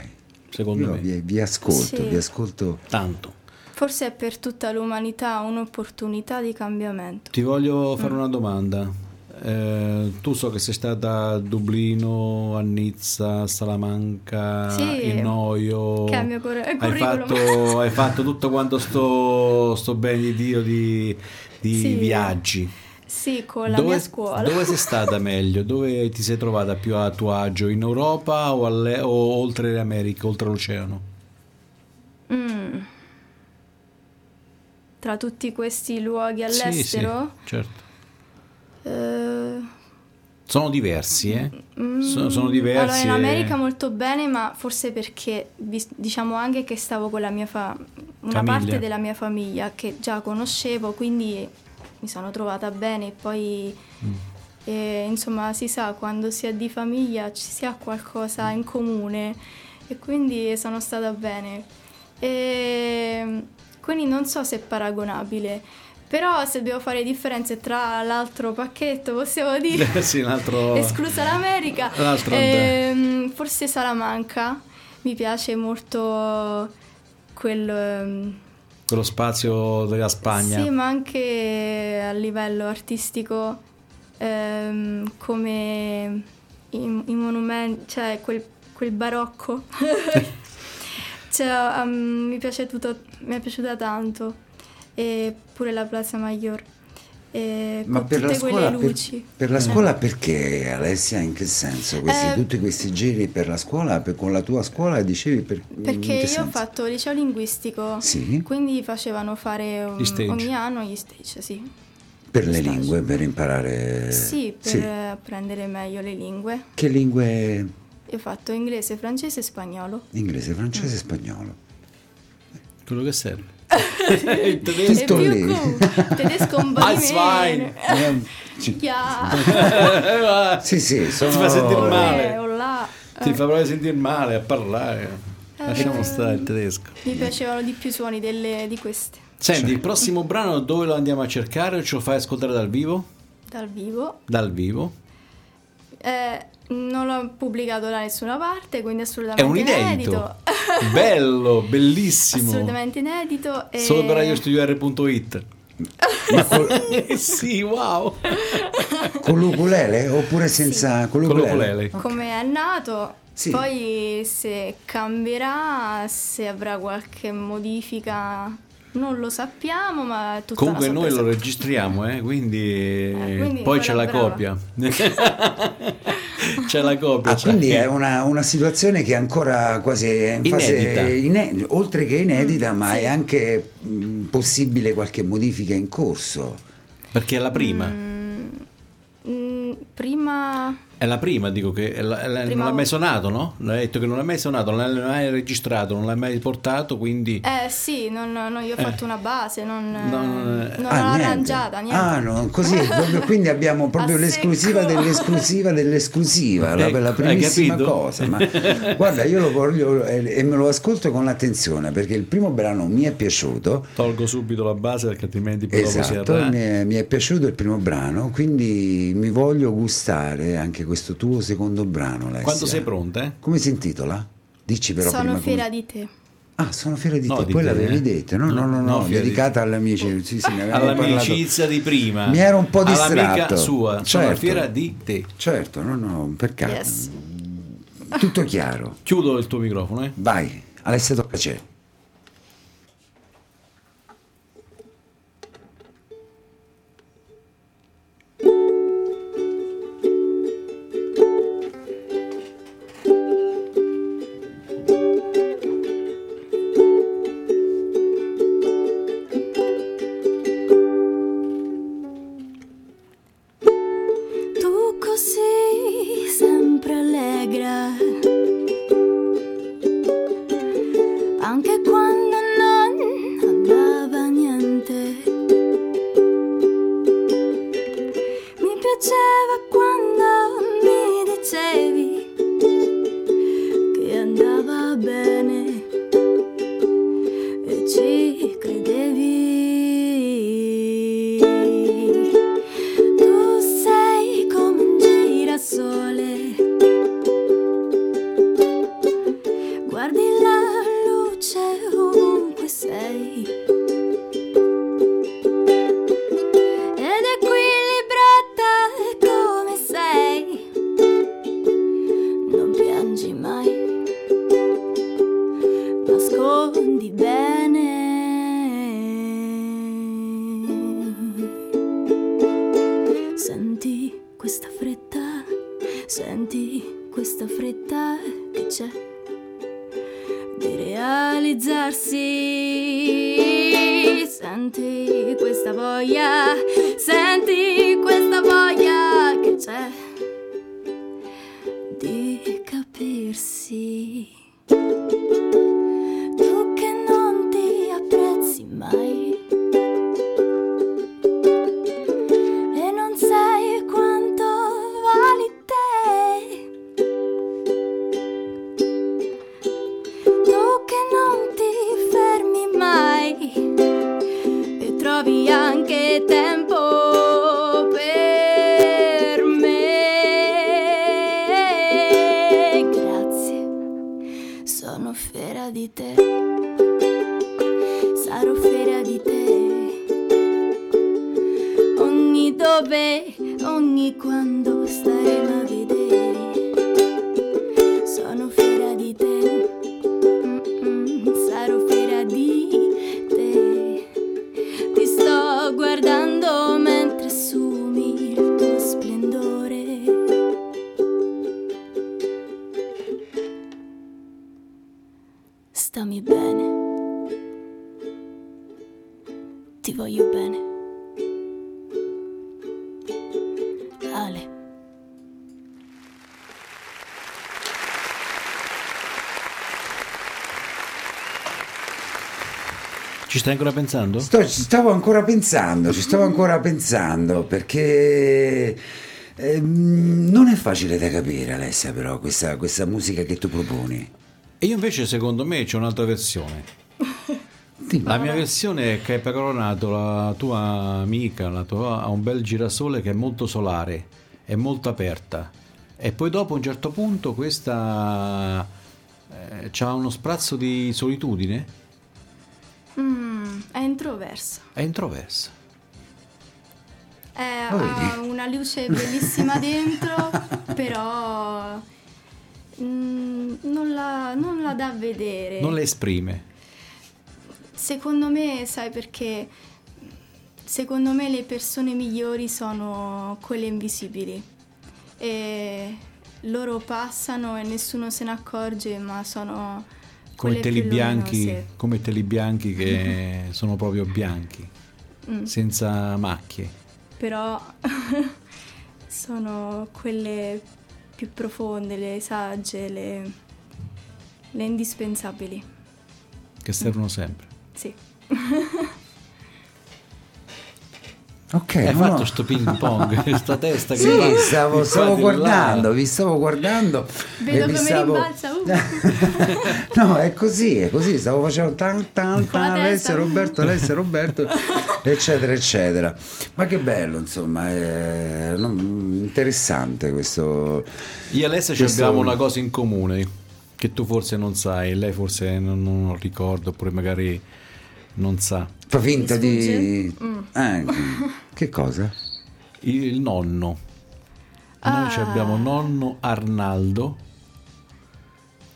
[SPEAKER 3] secondo
[SPEAKER 4] Io
[SPEAKER 3] me.
[SPEAKER 4] vi, vi ascolto,
[SPEAKER 5] Sì.
[SPEAKER 4] vi ascolto.
[SPEAKER 3] Tanto.
[SPEAKER 5] Forse è per tutta l'umanità un'opportunità di cambiamento.
[SPEAKER 3] Ti voglio fare una domanda. Eh, tu so che sei stata a Dublino, a Nizza, a Salamanca,
[SPEAKER 5] Sì,
[SPEAKER 3] in Noio.
[SPEAKER 5] che è il mio cor-
[SPEAKER 3] hai,
[SPEAKER 5] curriculum.
[SPEAKER 3] fatto, hai fatto tutto quanto sto, sto bene di Dio di, di
[SPEAKER 5] Sì.
[SPEAKER 3] viaggi.
[SPEAKER 5] Sì, con la
[SPEAKER 3] dove,
[SPEAKER 5] mia scuola.
[SPEAKER 3] dove sei stata meglio? Dove ti sei trovata più a tuo agio? In Europa o, alle- o oltre le Americhe, oltre l'oceano?
[SPEAKER 5] Mm. Tra tutti questi luoghi
[SPEAKER 3] Sì, sì,
[SPEAKER 5] all'estero?
[SPEAKER 3] certo.
[SPEAKER 5] Eh,
[SPEAKER 3] Sono diversi, eh?
[SPEAKER 5] mm,
[SPEAKER 3] So- sono diversi eh.
[SPEAKER 5] Allora, in
[SPEAKER 3] e-
[SPEAKER 5] America molto bene, ma forse perché vi- diciamo anche che stavo con la mia fa- una
[SPEAKER 3] Famiglia.
[SPEAKER 5] parte della mia famiglia che già conoscevo, quindi mi sono trovata bene. E poi,
[SPEAKER 3] Mm.
[SPEAKER 5] eh, insomma, si sa, quando si è di famiglia ci si ha qualcosa in comune e quindi sono stata bene. E, quindi non so se è paragonabile, però se devo fare differenze tra l'altro pacchetto, possiamo dire
[SPEAKER 3] sì, un altro...
[SPEAKER 5] esclusa l'America.
[SPEAKER 3] L'altro
[SPEAKER 5] Ehm, forse Salamanca. Mi piace molto quel ehm,
[SPEAKER 3] quello spazio della Spagna.
[SPEAKER 5] Sì, ma anche a livello artistico ehm, come i, i monumenti, cioè quel, quel barocco. Cioè, ehm, mi, piace tutto, mi è piaciuta tanto. E pure la Plaza Mayor. E
[SPEAKER 4] Ma
[SPEAKER 5] con
[SPEAKER 4] per la,
[SPEAKER 5] tutte
[SPEAKER 4] scuola,
[SPEAKER 5] quelle
[SPEAKER 4] per,
[SPEAKER 5] luci.
[SPEAKER 4] per la scuola
[SPEAKER 3] Eh.
[SPEAKER 4] perché Alessia? In che senso? Questi-
[SPEAKER 5] Eh,
[SPEAKER 4] tutti questi giri per la scuola, per- con la tua scuola dicevi per, in
[SPEAKER 5] Perché
[SPEAKER 4] che
[SPEAKER 5] io ho
[SPEAKER 4] senso?
[SPEAKER 5] fatto liceo linguistico,
[SPEAKER 4] Sì.
[SPEAKER 5] quindi facevano fare um,
[SPEAKER 3] Gli stage.
[SPEAKER 5] ogni anno gli stage, sì.
[SPEAKER 4] per le
[SPEAKER 5] stage.
[SPEAKER 4] lingue, per imparare...
[SPEAKER 5] Sì, per eh, apprendere meglio le lingue.
[SPEAKER 4] Che lingue?
[SPEAKER 5] Io ho fatto inglese, francese e spagnolo.
[SPEAKER 4] Inglese,
[SPEAKER 5] Mm.
[SPEAKER 4] francese e spagnolo.
[SPEAKER 3] Quello che serve.
[SPEAKER 4] Tutto
[SPEAKER 5] e più
[SPEAKER 4] lì.
[SPEAKER 5] cool. tedesco un
[SPEAKER 3] Ah,
[SPEAKER 5] po' di
[SPEAKER 3] Eiswein.
[SPEAKER 5] meno.
[SPEAKER 4] Eh, sì.
[SPEAKER 5] Yeah.
[SPEAKER 4] Sì, sì, sono...
[SPEAKER 3] fa sentire male.
[SPEAKER 5] Eh, o là.
[SPEAKER 3] Ti fa proprio sentire male a parlare.
[SPEAKER 5] Eh.
[SPEAKER 3] Lasciamo stare il tedesco.
[SPEAKER 5] Mi piacevano di più i suoni delle- di queste
[SPEAKER 3] Senti, il prossimo brano dove lo andiamo a cercare? Ce lo fai ascoltare dal vivo?
[SPEAKER 5] dal vivo.
[SPEAKER 3] Dal vivo.
[SPEAKER 5] Eh, non l'ho pubblicato da nessuna parte, quindi
[SPEAKER 3] È
[SPEAKER 5] assolutamente
[SPEAKER 3] un inedito.
[SPEAKER 5] inedito.
[SPEAKER 3] Bello, bellissimo.
[SPEAKER 5] assolutamente Eh. inedito. E...
[SPEAKER 3] Solo per radiostudio.it.
[SPEAKER 4] Ma col,
[SPEAKER 3] sì, wow.
[SPEAKER 4] con l'ukulele oppure senza... Con
[SPEAKER 3] Con
[SPEAKER 4] l'ukulele? Ah,
[SPEAKER 3] l'ukulele.
[SPEAKER 5] come è nato.
[SPEAKER 4] Sì.
[SPEAKER 5] Poi se cambierà, se avrà qualche modifica, non lo sappiamo, ma è tutta
[SPEAKER 3] Comunque
[SPEAKER 5] una
[SPEAKER 3] noi
[SPEAKER 5] sorpresa.
[SPEAKER 3] lo registriamo, eh, quindi...
[SPEAKER 5] Eh, quindi
[SPEAKER 3] poi c'è la
[SPEAKER 5] guarda, brava.
[SPEAKER 3] copia. c'è la copia.
[SPEAKER 4] Ah,
[SPEAKER 3] c'è-
[SPEAKER 4] quindi è una, una situazione che è ancora quasi in fase
[SPEAKER 3] Inedita.
[SPEAKER 4] ine- oltre che inedita,
[SPEAKER 5] Mm.
[SPEAKER 4] ma è anche mh, possibile qualche modifica in corso.
[SPEAKER 3] Perché è la prima.
[SPEAKER 5] Mm, prima
[SPEAKER 3] È la prima, dico che è la- è la-
[SPEAKER 5] Prima
[SPEAKER 3] non l'ha mai
[SPEAKER 5] volta.
[SPEAKER 3] suonato, no? L'ha detto che non l'ha mai suonato, non l'ha mai registrato, non l'ha mai portato, quindi...
[SPEAKER 5] eh sì, non, non- io ho fatto una base, non,
[SPEAKER 3] No, no, eh.
[SPEAKER 5] non l'ho
[SPEAKER 4] Eh. Ah, niente.
[SPEAKER 5] arrangiata niente.
[SPEAKER 4] Ah, no, così, proprio- quindi abbiamo proprio
[SPEAKER 5] A
[SPEAKER 4] l'esclusiva
[SPEAKER 5] secco.
[SPEAKER 4] dell'esclusiva dell'esclusiva, la,
[SPEAKER 3] Ecco,
[SPEAKER 4] la
[SPEAKER 3] hai
[SPEAKER 4] primissima
[SPEAKER 3] capito?
[SPEAKER 4] cosa. Ma guarda, io lo voglio eh, e me lo ascolto con attenzione perché il primo brano mi è piaciuto.
[SPEAKER 3] Tolgo subito la base perché altrimenti poi dopo si eh.
[SPEAKER 4] Esatto,
[SPEAKER 3] arra-
[SPEAKER 4] mi è, mi è piaciuto il primo brano, quindi mi voglio gustare anche questo tuo secondo brano. Alessia.
[SPEAKER 3] Quando sei pronta, eh?
[SPEAKER 4] Come si intitola? Dici però
[SPEAKER 5] Sono
[SPEAKER 4] prima
[SPEAKER 5] fiera
[SPEAKER 4] come-
[SPEAKER 5] di te.
[SPEAKER 4] Ah, sono fiera di
[SPEAKER 3] No,
[SPEAKER 4] te,
[SPEAKER 3] di
[SPEAKER 4] poi
[SPEAKER 3] te,
[SPEAKER 4] l'avevi
[SPEAKER 3] eh.
[SPEAKER 4] detto. No, no,
[SPEAKER 3] No,
[SPEAKER 4] no, no,
[SPEAKER 3] fiera di
[SPEAKER 4] dedicata all'amici. Sì, sì, ne avevamo Eh, parlato.
[SPEAKER 3] All'amicizia di prima.
[SPEAKER 4] Mi ero un po'
[SPEAKER 3] All'amica
[SPEAKER 4] distratto.
[SPEAKER 3] sua, sono
[SPEAKER 4] Certo.
[SPEAKER 3] fiera di te.
[SPEAKER 4] Certo, no, no, peccato.
[SPEAKER 5] Yes.
[SPEAKER 4] Tutto chiaro.
[SPEAKER 3] Chiudo il tuo microfono, eh?
[SPEAKER 4] Vai, Alessia tocca a te.
[SPEAKER 6] Tu così sempre allegra, anche Senti questa voglia, senti questa voglia che c'è di capirsi. Tu che non ti apprezzi mai. E non sai quanto vali te. Tu che non ti fermi mai e trovi anche tempo per me. Grazie, sono fiera di te. Sarò fiera di te. Ogni dove, ogni quando staremo a vedere. Sono fiera di te. Mm, sarò fiera di te. Ti sto guardando mentre assumi il tuo splendore. Stammi bene. Ti voglio bene. Ale.
[SPEAKER 3] Ci stai ancora pensando?
[SPEAKER 4] Sto- ci stavo ancora pensando, ci stavo ancora pensando perché ehm, non è facile da capire Alessia però questa, questa musica che tu proponi.
[SPEAKER 3] E io invece secondo me c'è un'altra versione. La mia versione è che hai paragonato la tua amica, la tua, a un bel girasole che è molto solare, è molto aperta. E poi dopo a un certo punto questa ha uno sprazzo di solitudine,
[SPEAKER 5] Mm, è introverso.
[SPEAKER 3] è introversa.
[SPEAKER 5] Eh,
[SPEAKER 3] Ah,
[SPEAKER 5] ha una luce bellissima dentro, però mm, non, la, non la dà a vedere.
[SPEAKER 3] Non la esprime.
[SPEAKER 5] Secondo me, sai perché? Secondo me le persone migliori sono quelle invisibili. E loro passano e nessuno se ne accorge, ma sono
[SPEAKER 3] Come
[SPEAKER 5] quelle
[SPEAKER 3] teli
[SPEAKER 5] più
[SPEAKER 3] bianchi,
[SPEAKER 5] luminose.
[SPEAKER 3] come teli bianchi che sono proprio bianchi,
[SPEAKER 5] Mm.
[SPEAKER 3] senza macchie.
[SPEAKER 5] Però sono quelle più profonde, le sagge, le, le indispensabili.
[SPEAKER 3] che servono sempre.
[SPEAKER 5] Sì.
[SPEAKER 4] Ok,
[SPEAKER 3] Hai
[SPEAKER 4] Eh, no,
[SPEAKER 3] fatto
[SPEAKER 4] no.
[SPEAKER 3] sto ping pong, questa testa che
[SPEAKER 4] Sì,
[SPEAKER 3] va-
[SPEAKER 4] stavo,
[SPEAKER 3] che va
[SPEAKER 4] stavo
[SPEAKER 3] di là.
[SPEAKER 4] guardando, vi stavo guardando.
[SPEAKER 5] Vedo
[SPEAKER 4] e vi
[SPEAKER 5] come
[SPEAKER 4] stavo-
[SPEAKER 5] rimbalza, uh.
[SPEAKER 4] no, è così, è così. Stavo facendo tan tan
[SPEAKER 5] Con la
[SPEAKER 4] tan, Alessia,
[SPEAKER 5] testa.
[SPEAKER 4] Roberto, Alessia, Roberto, eccetera, eccetera. Ma che bello, insomma, è non- interessante questo.
[SPEAKER 3] Io e Alessia ci
[SPEAKER 4] Questo-
[SPEAKER 3] abbiamo una cosa in comune che tu forse non sai, lei forse non, non ricorda oppure magari non sa.
[SPEAKER 4] Fa finta di. Eh,
[SPEAKER 5] Mm.
[SPEAKER 4] che cosa?
[SPEAKER 3] Il nonno. Noi ci abbiamo nonno Arnaldo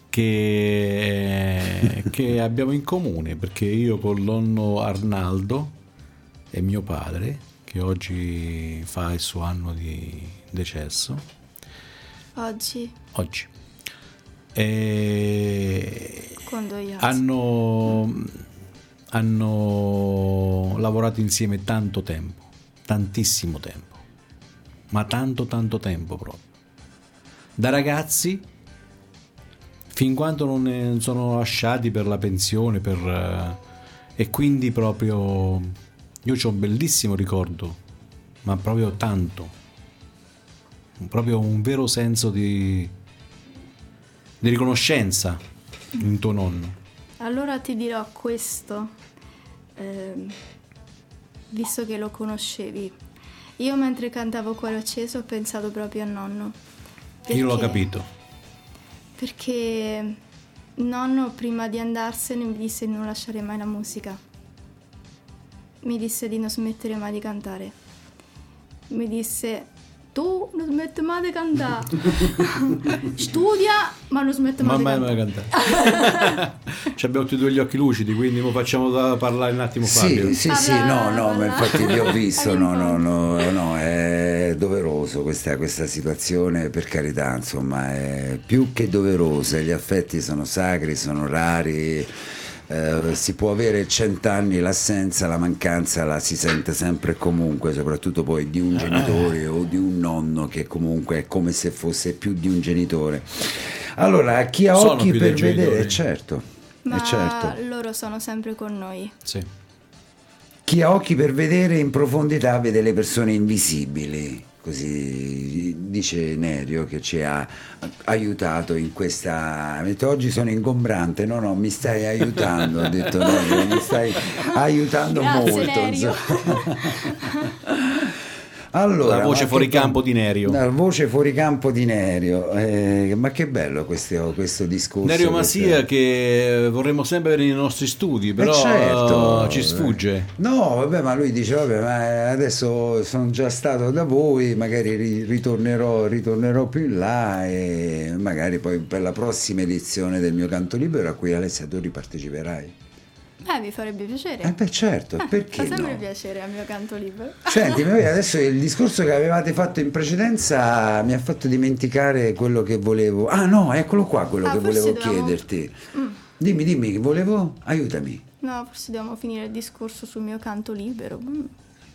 [SPEAKER 3] che, eh, che abbiamo in comune perché io con nonno Arnaldo e mio padre che oggi fa il suo anno di decesso
[SPEAKER 5] Oggi
[SPEAKER 3] oggi. E
[SPEAKER 5] quando io...
[SPEAKER 3] hanno, hanno lavorato insieme tanto tempo, tantissimo tempo, ma tanto tanto tempo proprio. Da ragazzi, fin quando non ne sono lasciati per la pensione, per, eh, e quindi proprio io ho un bellissimo ricordo, ma proprio tanto, proprio un vero senso di, di riconoscenza in tuo nonno.
[SPEAKER 5] Allora ti dirò questo, ehm, visto che lo conoscevi. Io mentre cantavo Cuore Acceso ho pensato proprio a nonno.
[SPEAKER 3] Io l'ho
[SPEAKER 5] Perché-
[SPEAKER 3] capito.
[SPEAKER 5] Perché nonno prima di andarsene mi disse di non lasciare mai la musica. Mi disse di non smettere mai di cantare. Mi disse tu non smetti mai di cantare. Studia ma non smetti mai di
[SPEAKER 3] Mamma
[SPEAKER 5] cantare.
[SPEAKER 3] mia, cantare. Ci abbiamo tutti e due gli occhi lucidi, quindi mo facciamo da parlare un attimo Fabio.
[SPEAKER 4] Sì, sì, sì, no,
[SPEAKER 5] Parla-
[SPEAKER 4] no, ma
[SPEAKER 5] parla-
[SPEAKER 4] infatti vi ho visto, no, no,
[SPEAKER 5] All'infanzia.
[SPEAKER 4] no, no, è doveroso questa, questa situazione, per carità, insomma, è più che doverosa, gli affetti sono sacri, sono rari, eh, si può avere cent'anni l'assenza, la mancanza la si sente sempre e comunque, soprattutto poi di un genitore o di un nonno che comunque è come se fosse più di un genitore. Allora, a chi ha
[SPEAKER 3] Sono
[SPEAKER 4] occhi
[SPEAKER 3] più dei
[SPEAKER 4] per vedere,
[SPEAKER 3] genitori.
[SPEAKER 4] certo, eh,
[SPEAKER 5] ma
[SPEAKER 4] certo.
[SPEAKER 5] loro sono sempre con noi.
[SPEAKER 3] Sì.
[SPEAKER 4] Chi ha occhi per vedere in profondità vede le persone invisibili, così dice Nerio che ci ha aiutato in questa... ha detto, oggi sono ingombrante, no no, mi stai aiutando, ha detto Nerio, mi stai aiutando
[SPEAKER 5] Grazie,
[SPEAKER 4] molto.
[SPEAKER 5] Nerio.
[SPEAKER 4] insomma. Allora,
[SPEAKER 3] La voce
[SPEAKER 4] ma
[SPEAKER 3] fuori
[SPEAKER 4] che be-
[SPEAKER 3] campo di Nerio.
[SPEAKER 4] La voce fuori campo di Nerio, Eh, ma che bello questo, questo discorso.
[SPEAKER 3] Dario
[SPEAKER 4] questo-
[SPEAKER 3] Masia che vorremmo sempre avere nei nostri studi, però
[SPEAKER 4] Eh certo.
[SPEAKER 3] ci sfugge.
[SPEAKER 4] No, vabbè, ma lui dice: Vabbè, ma adesso sono già stato da voi, magari ri- ritornerò, ritornerò più in là e magari poi per la prossima edizione del mio canto libero a cui Alessia tu riparteciperai.
[SPEAKER 5] Eh, mi farebbe piacere.
[SPEAKER 4] Eh beh, certo,
[SPEAKER 5] Eh,
[SPEAKER 4] perché
[SPEAKER 5] Fa sempre
[SPEAKER 4] no?
[SPEAKER 5] piacere al mio canto libero.
[SPEAKER 4] Senti, ma voi adesso il discorso che avevate fatto in precedenza mi ha fatto dimenticare quello che volevo. Ah no, eccolo qua quello
[SPEAKER 5] Ah,
[SPEAKER 4] che
[SPEAKER 5] forse
[SPEAKER 4] volevo
[SPEAKER 5] dovevamo-
[SPEAKER 4] chiederti.
[SPEAKER 5] Mm.
[SPEAKER 4] Dimmi, dimmi, che volevo? Aiutami.
[SPEAKER 5] No, forse dobbiamo finire il discorso sul mio canto libero. Mm.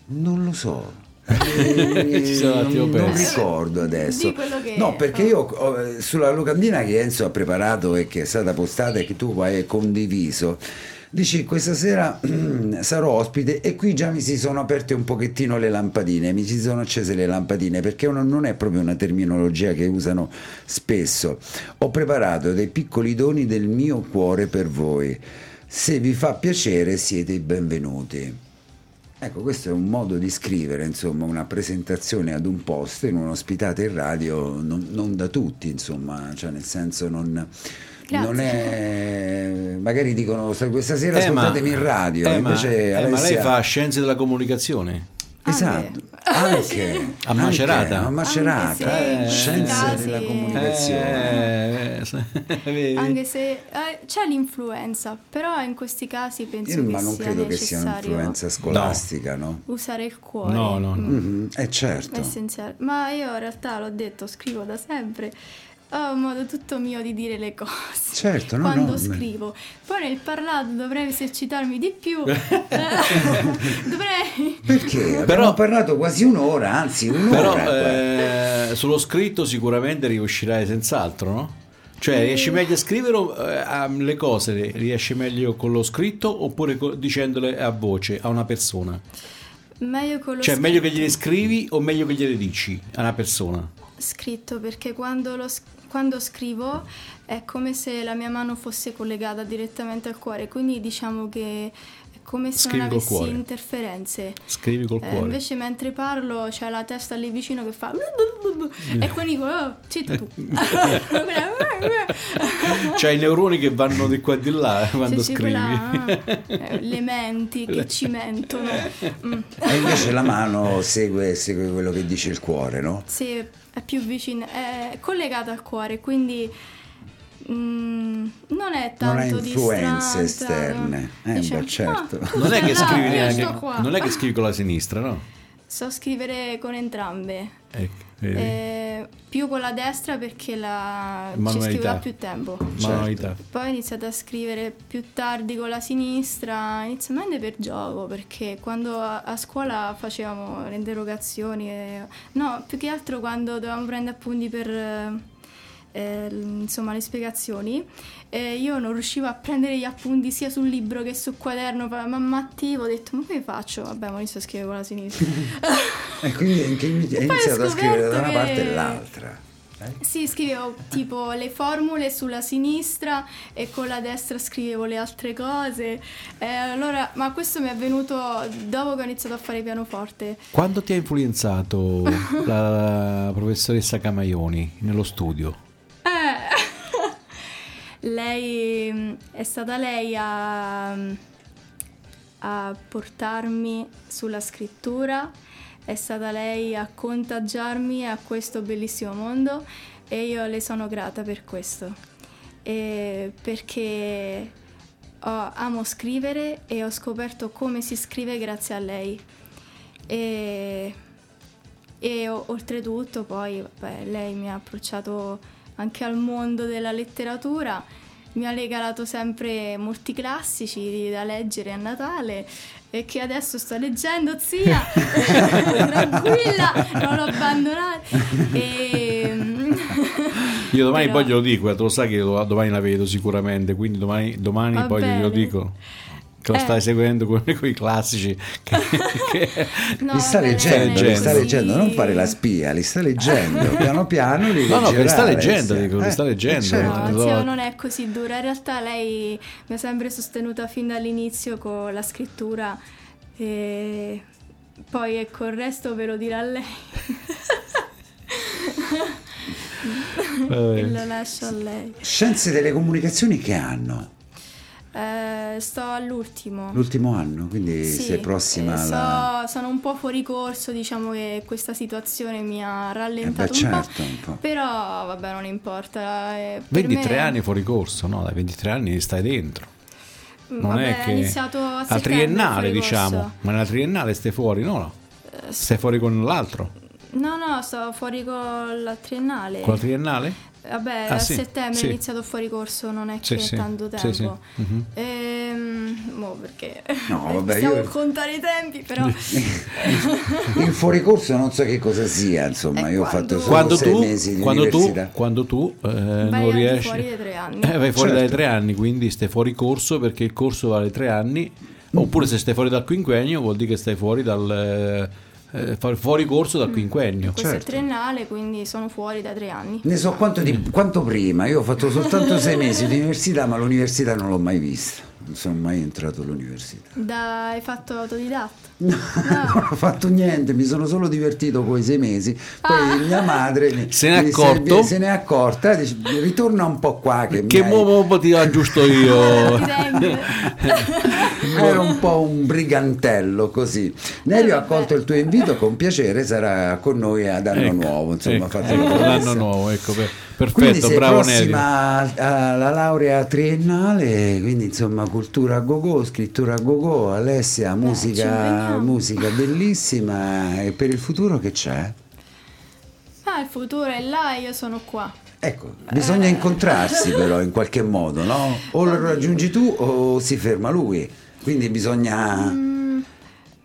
[SPEAKER 4] Non lo so.
[SPEAKER 3] Eh, Ci sono un attimo
[SPEAKER 4] non, non
[SPEAKER 3] persi.
[SPEAKER 4] ricordo adesso.
[SPEAKER 5] Di quello che- Ah.
[SPEAKER 4] no, perché io ho- eh, sulla locandina che Enzo ha preparato e che è stata postata e che tu hai condiviso. Dici questa sera mm, sarò ospite e qui già mi si sono aperte un pochettino le lampadine, mi si sono accese le lampadine perché uno- non è proprio una terminologia che usano spesso. Ho preparato dei piccoli doni del mio cuore per voi. Se vi fa piacere siete i benvenuti. Ecco, questo è un modo di scrivere, insomma, una presentazione ad un posto in un'ospitata in radio, non, non da tutti, insomma, cioè nel senso non,
[SPEAKER 5] Grazie.
[SPEAKER 4] non è... Magari dicono "Sai, questa sera
[SPEAKER 3] Eh, ma-
[SPEAKER 4] ascoltatemi in radio,
[SPEAKER 3] eh, ma-
[SPEAKER 4] invece
[SPEAKER 3] eh, ma, lei
[SPEAKER 4] Alessia-
[SPEAKER 3] fa scienze della comunicazione.
[SPEAKER 4] Esatto, anche
[SPEAKER 3] A Macerata.
[SPEAKER 4] anche, a Macerata,
[SPEAKER 5] Anche se-
[SPEAKER 4] scienze
[SPEAKER 5] Eh,
[SPEAKER 4] della
[SPEAKER 5] sì.
[SPEAKER 4] comunicazione.
[SPEAKER 3] Eh, vedi?
[SPEAKER 5] Anche se eh, c'è l'influenza, però in questi casi penso
[SPEAKER 4] Io-
[SPEAKER 5] che
[SPEAKER 4] ma non
[SPEAKER 5] sia
[SPEAKER 4] credo che sia
[SPEAKER 5] necessario
[SPEAKER 4] un'influenza scolastica, no?
[SPEAKER 5] usare il cuore.
[SPEAKER 3] No, no, no.
[SPEAKER 5] Mm.
[SPEAKER 4] Mhm, eh, certo.
[SPEAKER 5] È essenziale. Ma io in realtà l'ho detto, scrivo da sempre. Ho un modo tutto mio di dire le cose.
[SPEAKER 4] Certo, no, no,
[SPEAKER 5] Quando
[SPEAKER 4] ma-
[SPEAKER 5] scrivo. Poi nel parlato dovrei esercitarmi di più. Eh, dovrei.
[SPEAKER 4] Perché? Abbiamo parlato quasi un'ora, anzi un'ora.
[SPEAKER 3] Però
[SPEAKER 4] qua.
[SPEAKER 3] eh, sullo scritto sicuramente riuscirai senz'altro, no? Cioè,
[SPEAKER 5] Mm.
[SPEAKER 3] riesci meglio a scrivere eh, a- le cose, riesci meglio con lo scritto oppure co- dicendole a voce a una persona?
[SPEAKER 5] Meglio con lo
[SPEAKER 3] cioè, meglio che
[SPEAKER 5] scritto.
[SPEAKER 3] gliele scrivi o meglio che gliele dici a una persona?
[SPEAKER 5] scritto perché quando, lo s- quando scrivo è come se la mia mano fosse collegata direttamente al cuore, quindi diciamo che è come se
[SPEAKER 3] Scrivi
[SPEAKER 5] non
[SPEAKER 3] col
[SPEAKER 5] avessi
[SPEAKER 3] cuore.
[SPEAKER 5] interferenze.
[SPEAKER 3] Scrivi col
[SPEAKER 5] Eh,
[SPEAKER 3] cuore.
[SPEAKER 5] invece mentre parlo c'è la testa lì vicino che fa
[SPEAKER 3] Eh.
[SPEAKER 5] e quindi dico oh, zitta tu
[SPEAKER 3] C'hai i neuroni che vanno di qua e di là eh, quando
[SPEAKER 5] Sì, sì,
[SPEAKER 3] scrivi.
[SPEAKER 5] quella- eh, le menti che ci mentono Mm.
[SPEAKER 4] E invece la mano segue, segue quello che dice il cuore, no?
[SPEAKER 5] Sì, è più vicino, è collegata al cuore, quindi mm, non è tanto
[SPEAKER 4] Non ha influenze
[SPEAKER 5] distante,
[SPEAKER 4] esterne. Eh, beh,
[SPEAKER 5] Dice,
[SPEAKER 4] certo.
[SPEAKER 5] "Ah,
[SPEAKER 3] Non è che
[SPEAKER 5] scusa,
[SPEAKER 3] scrivi
[SPEAKER 5] là, io
[SPEAKER 3] neanche.
[SPEAKER 5] sto qua."
[SPEAKER 3] Non è che scrivi con la sinistra, no?
[SPEAKER 5] So scrivere con entrambe.
[SPEAKER 3] Ecco, vedi?
[SPEAKER 5] Eh, più con la destra perché la... ci
[SPEAKER 3] Manualità.
[SPEAKER 5] scriveva più tempo.
[SPEAKER 3] Manualità.
[SPEAKER 5] Poi ho iniziato a scrivere più tardi con la sinistra, inizialmente per gioco, perché quando a a scuola facevamo le interrogazioni, e- no, più che altro quando dovevamo prendere appunti per eh, eh, l- insomma, le spiegazioni, eh, io non riuscivo a prendere gli appunti sia sul libro che sul quaderno, ma ma attivo, ho detto ma come faccio? Vabbè, ho iniziato a scrivere con la sinistra.
[SPEAKER 4] E quindi è inchi- è
[SPEAKER 5] Poi ho
[SPEAKER 4] iniziato a scrivere da
[SPEAKER 5] scoperto
[SPEAKER 4] una parte
[SPEAKER 5] che-
[SPEAKER 4] e l'altra. Eh?
[SPEAKER 5] Sì, scrivevo tipo le formule sulla sinistra e con la destra scrivevo le altre cose. Eh, allora, ma questo mi è venuto dopo che ho iniziato a fare pianoforte.
[SPEAKER 3] Quando ti ha influenzato la professoressa Camaioni nello studio?
[SPEAKER 5] Eh, lei mm, è stata lei a, a portarmi sulla scrittura, è stata lei a contagiarmi a questo bellissimo mondo e io le sono grata per questo. Eh, perché ho- amo scrivere e ho scoperto come si scrive grazie a lei. E, e o- oltretutto poi vabbè, lei mi ha approcciato anche al mondo della letteratura mi ha regalato sempre molti classici da leggere a Natale e che adesso sto leggendo, zia, tranquilla, non ho abbandonato. Ehm, E...
[SPEAKER 3] Io domani
[SPEAKER 5] Però-
[SPEAKER 3] poi glielo dico, eh, te lo sai che lo- domani la vedo sicuramente, quindi domani, domani
[SPEAKER 5] Va
[SPEAKER 3] poi glielo
[SPEAKER 5] bene.
[SPEAKER 3] dico. Che lo
[SPEAKER 5] Eh.
[SPEAKER 3] stai seguendo con, con i classici. Che, che-
[SPEAKER 5] No,
[SPEAKER 4] li sta
[SPEAKER 5] vabbè,
[SPEAKER 4] leggendo, li sta
[SPEAKER 5] sì.
[SPEAKER 4] leggendo, non fare la spia, li sta leggendo, piano piano li
[SPEAKER 3] No, no,
[SPEAKER 4] leggerà,
[SPEAKER 3] li sta leggendo,
[SPEAKER 4] Alessia.
[SPEAKER 3] dico, li sta leggendo.
[SPEAKER 4] certo.
[SPEAKER 5] No,
[SPEAKER 3] Lo-
[SPEAKER 5] zia non è così dura. In realtà lei mi ha sempre sostenuta fin dall'inizio con la scrittura e poi ecco il resto ve lo dirà lei.
[SPEAKER 3] vabbè.
[SPEAKER 5] E
[SPEAKER 3] Eh.
[SPEAKER 5] lo lascio a lei.
[SPEAKER 4] Scienze delle comunicazioni che hanno?
[SPEAKER 5] Eh, sto all'ultimo.
[SPEAKER 4] L'ultimo anno, quindi
[SPEAKER 5] Sì,
[SPEAKER 4] sei prossima
[SPEAKER 5] eh, so-
[SPEAKER 4] alla...
[SPEAKER 5] sono un po' fuori corso, diciamo che questa situazione mi ha
[SPEAKER 4] Eh beh,
[SPEAKER 5] rallentato un po'.
[SPEAKER 4] certo, un po'.
[SPEAKER 5] Però vabbè, non importa. eh, per
[SPEAKER 3] 23
[SPEAKER 5] me-
[SPEAKER 3] anni fuori corso, no? Dai 23 anni stai dentro. Non
[SPEAKER 5] Mm, vabbè,
[SPEAKER 3] è che
[SPEAKER 5] ho iniziato a
[SPEAKER 3] al
[SPEAKER 5] settembre
[SPEAKER 3] triennale,
[SPEAKER 5] fuori corso. Eh,
[SPEAKER 3] diciamo, ma nella triennale stai fuori, no? no. Stai fuori con l'altro,
[SPEAKER 5] No, no, sto fuori con la triennale.
[SPEAKER 3] con la triennale?
[SPEAKER 5] Vabbè,
[SPEAKER 3] Ah,
[SPEAKER 5] a
[SPEAKER 3] sì,
[SPEAKER 5] settembre
[SPEAKER 3] sì.
[SPEAKER 5] ho iniziato fuori corso, non è
[SPEAKER 3] Sì,
[SPEAKER 5] che
[SPEAKER 3] sì,
[SPEAKER 5] tanto
[SPEAKER 3] sì,
[SPEAKER 5] tempo.
[SPEAKER 3] sì, mhm.
[SPEAKER 5] Ehm, mo perché
[SPEAKER 4] No, vabbè,
[SPEAKER 5] stiamo
[SPEAKER 4] io-
[SPEAKER 5] a contare i tempi, però
[SPEAKER 4] Il fuoricorso non so che cosa sia, insomma,
[SPEAKER 5] Eh,
[SPEAKER 4] io ho
[SPEAKER 5] quando-
[SPEAKER 4] fatto solo
[SPEAKER 3] Quando
[SPEAKER 4] sei
[SPEAKER 3] tu,
[SPEAKER 4] mesi di
[SPEAKER 3] quando tu,
[SPEAKER 4] università.
[SPEAKER 3] quando tu eh, non
[SPEAKER 5] anche
[SPEAKER 3] riesci...
[SPEAKER 5] fuori dai tre anni.
[SPEAKER 3] Eh, vai fuori
[SPEAKER 4] Certo.
[SPEAKER 3] dai tre anni, quindi stai fuori corso perché il corso vale tre anni,
[SPEAKER 4] Mm.
[SPEAKER 3] oppure se stai fuori dal quinquennio vuol dire che stai fuori dal... eh, fu- fuori corso
[SPEAKER 5] Mm.
[SPEAKER 3] dal quinquennio.
[SPEAKER 5] Questo
[SPEAKER 4] Certo.
[SPEAKER 5] è il triennale, quindi sono fuori da tre anni.
[SPEAKER 4] Ne so quanto,
[SPEAKER 3] Mm.
[SPEAKER 4] di- quanto prima, io ho fatto soltanto sei mesi di università, ma l'università non l'ho mai vista, non sono mai entrato all'università.
[SPEAKER 5] Da, hai fatto autodidatta?
[SPEAKER 4] No, non ho fatto niente, mi sono solo divertito quei sei mesi. Poi mia madre mi-
[SPEAKER 3] Se n'è
[SPEAKER 4] mi-
[SPEAKER 3] accorto?
[SPEAKER 4] se n'è accorta, dice, ritorna un po' qua che,
[SPEAKER 3] Che
[SPEAKER 4] mi hai-
[SPEAKER 3] uomo ti aggiusto io?
[SPEAKER 5] Ti tengo.
[SPEAKER 4] Era un po' un brigantello così. Nelio ha accolto il tuo invito, con piacere sarà con noi ad anno
[SPEAKER 3] Ecco,
[SPEAKER 4] nuovo. Insomma,
[SPEAKER 3] ecco,
[SPEAKER 4] fatelo
[SPEAKER 3] ecco,
[SPEAKER 4] sapere.
[SPEAKER 3] l'anno nuovo, ecco, per-
[SPEAKER 4] Quindi
[SPEAKER 3] perfetto,
[SPEAKER 4] sei
[SPEAKER 3] bravo Nelly.
[SPEAKER 4] prossima al- alla laurea triennale, quindi insomma cultura a go-go, scrittura a go-go, Alessia, musica,
[SPEAKER 5] impegniamo.
[SPEAKER 4] musica bellissima e per il futuro che c'è?
[SPEAKER 5] Ah, il futuro è là e io sono qua.
[SPEAKER 4] Ecco, bisogna incontrarsi però in qualche modo, no? O lo raggiungi tu o si ferma lui, quindi bisogna...
[SPEAKER 5] Mm.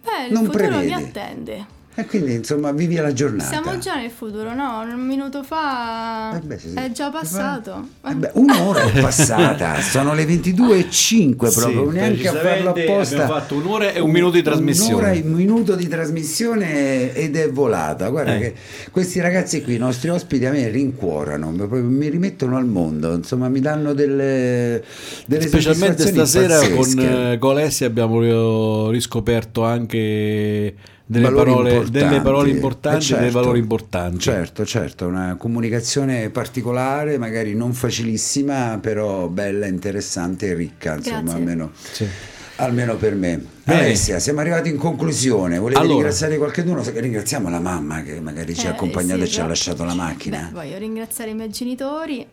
[SPEAKER 5] Beh, il
[SPEAKER 4] Non
[SPEAKER 5] futuro mi
[SPEAKER 4] prevede.
[SPEAKER 5] attende.
[SPEAKER 4] E quindi insomma vivi la giornata.
[SPEAKER 5] Siamo già nel futuro, no? Un minuto fa
[SPEAKER 4] Eh beh, sì.
[SPEAKER 5] è già passato.
[SPEAKER 4] Eh beh, un'ora è passata, sono le 22.05 proprio,
[SPEAKER 3] Sì,
[SPEAKER 4] neanche a farlo
[SPEAKER 3] precisamente
[SPEAKER 4] apposta.
[SPEAKER 3] abbiamo fatto un'ora e un minuto di trasmissione.
[SPEAKER 4] Un'ora e un minuto di trasmissione ed è volata. Guarda
[SPEAKER 3] Eh.
[SPEAKER 4] che questi ragazzi qui, i nostri ospiti, a me rincuorano, proprio mi rimettono al mondo, insomma mi danno delle, delle
[SPEAKER 3] Specialmente
[SPEAKER 4] soddisfazioni
[SPEAKER 3] stasera con
[SPEAKER 4] pazzesche.
[SPEAKER 3] eh, Golessi abbiamo ri- riscoperto anche delle
[SPEAKER 4] Valori
[SPEAKER 3] parole,
[SPEAKER 4] importanti.
[SPEAKER 3] delle parole
[SPEAKER 4] Eh,
[SPEAKER 3] importanti, dei
[SPEAKER 4] certo.
[SPEAKER 3] valori importanti.
[SPEAKER 4] Certo, certo, una comunicazione particolare, magari non facilissima, però bella, interessante e ricca, insomma,
[SPEAKER 5] Grazie.
[SPEAKER 4] almeno,
[SPEAKER 3] Sì.
[SPEAKER 4] almeno per me.
[SPEAKER 3] Bene.
[SPEAKER 4] Alessia, siamo arrivati in conclusione, volevi
[SPEAKER 3] Allora.
[SPEAKER 4] ringraziare qualcuno? Ringraziamo la mamma che magari ci ha
[SPEAKER 5] Eh,
[SPEAKER 4] accompagnato
[SPEAKER 5] sì,
[SPEAKER 4] e ci ha
[SPEAKER 5] esatto.
[SPEAKER 4] lasciato la macchina.
[SPEAKER 5] Beh, voglio ringraziare i miei genitori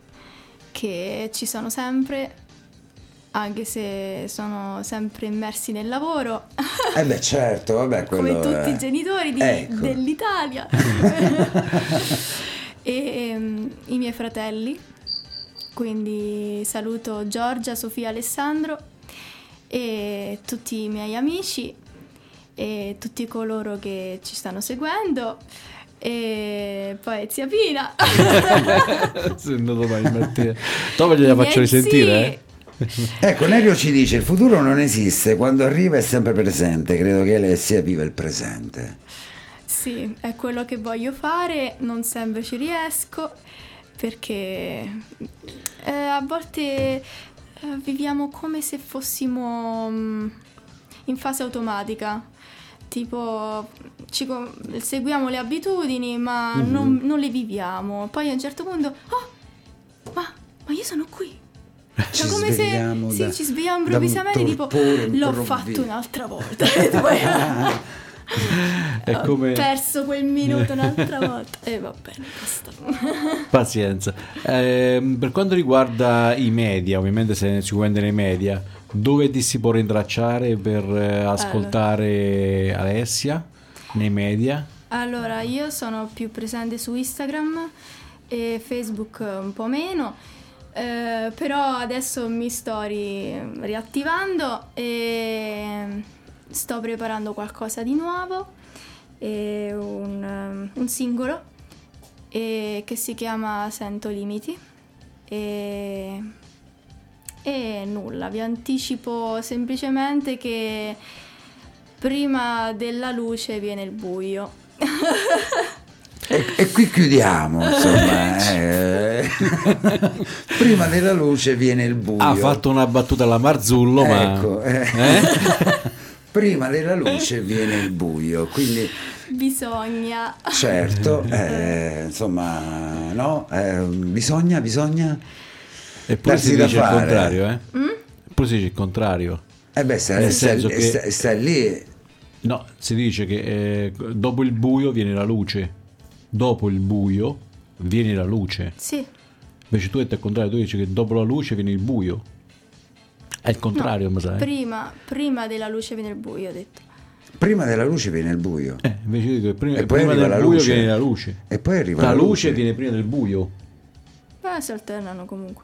[SPEAKER 5] che ci sono sempre, anche se sono sempre immersi nel lavoro,
[SPEAKER 4] Eh beh certo, vabbè, quello
[SPEAKER 5] come tutti
[SPEAKER 4] è-
[SPEAKER 5] i genitori di-
[SPEAKER 4] Ecco.
[SPEAKER 5] dell'Italia. e ehm, i miei fratelli, quindi saluto Giorgia, Sofia, Alessandro e tutti i miei amici e tutti coloro che ci stanno seguendo. E poi zia Pina.
[SPEAKER 3] Sì, no, domani mattina. Dopo gliela faccio
[SPEAKER 5] Miei
[SPEAKER 3] risentire. eh.
[SPEAKER 4] Ecco, Nerio ci dice, il futuro non esiste, quando arriva è sempre presente, credo che Alessia viva il presente.
[SPEAKER 5] Sì, è quello che voglio fare, non sempre ci riesco perché eh, a volte eh, viviamo come se fossimo mm, in fase automatica, tipo ci co- seguiamo le abitudini ma
[SPEAKER 4] Mhm.
[SPEAKER 5] non, non le viviamo, poi a un certo punto, oh, ma, ma io sono qui. Cioè, come se
[SPEAKER 4] svegliamo
[SPEAKER 5] sì,
[SPEAKER 4] da-
[SPEAKER 5] ci svegliamo
[SPEAKER 4] da un
[SPEAKER 5] improvvisamente, tipo,
[SPEAKER 4] torpore
[SPEAKER 5] l'ho
[SPEAKER 4] improvviso."
[SPEAKER 5] fatto un'altra volta. E poi-
[SPEAKER 3] È come...
[SPEAKER 5] ho perso quel minuto un'altra volta. E va bene, basta.
[SPEAKER 3] Pazienza. Ehm, per quanto riguarda i media, ovviamente se ci vuoi nei media, dove ti si può rintracciare per eh, ascoltare Alessia nei media?
[SPEAKER 5] Allora, io sono più presente su Instagram e Facebook eh, un po' meno. Eh, Eh, però adesso mi sto ri- riattivando e sto preparando qualcosa di nuovo, e un, ehm, un singolo e che si chiama Sento Limiti e, e nulla, vi anticipo semplicemente che prima della luce viene il buio.
[SPEAKER 4] E, e qui chiudiamo, insomma. eh. Prima della luce viene il buio.
[SPEAKER 3] Ha Ah, fatto una battuta alla Marzullo, ma...
[SPEAKER 4] Ecco, eh. Prima della luce viene il buio, quindi
[SPEAKER 5] Bisogna
[SPEAKER 4] certo, eh, insomma, no, eh, bisogna, bisogna...
[SPEAKER 3] Eppure
[SPEAKER 4] darsi
[SPEAKER 3] si
[SPEAKER 4] da
[SPEAKER 3] dice il
[SPEAKER 4] fare.
[SPEAKER 3] contrario, eh? Eppure si dice il contrario.
[SPEAKER 4] Eh beh, sta,
[SPEAKER 3] Nel
[SPEAKER 4] sta-
[SPEAKER 3] senso che-
[SPEAKER 4] sta- sta lì...
[SPEAKER 3] No, si dice che eh, dopo il buio viene la luce. Dopo il buio viene la luce.
[SPEAKER 5] Sì,
[SPEAKER 3] Invece tu hai detto il contrario, tu dici che dopo la luce viene il buio. È il contrario, eh. ma sai.
[SPEAKER 5] prima, prima della luce viene il buio, ho detto.
[SPEAKER 4] Prima della luce viene il buio.
[SPEAKER 3] Eh, invece io dico che prima,
[SPEAKER 4] E poi
[SPEAKER 3] prima
[SPEAKER 4] arriva
[SPEAKER 3] del
[SPEAKER 4] la
[SPEAKER 3] buio
[SPEAKER 4] luce.
[SPEAKER 3] viene la luce.
[SPEAKER 4] E poi arriva
[SPEAKER 3] la
[SPEAKER 4] la
[SPEAKER 3] luce.
[SPEAKER 4] luce.
[SPEAKER 3] viene prima del buio.
[SPEAKER 5] Beh, si alternano comunque.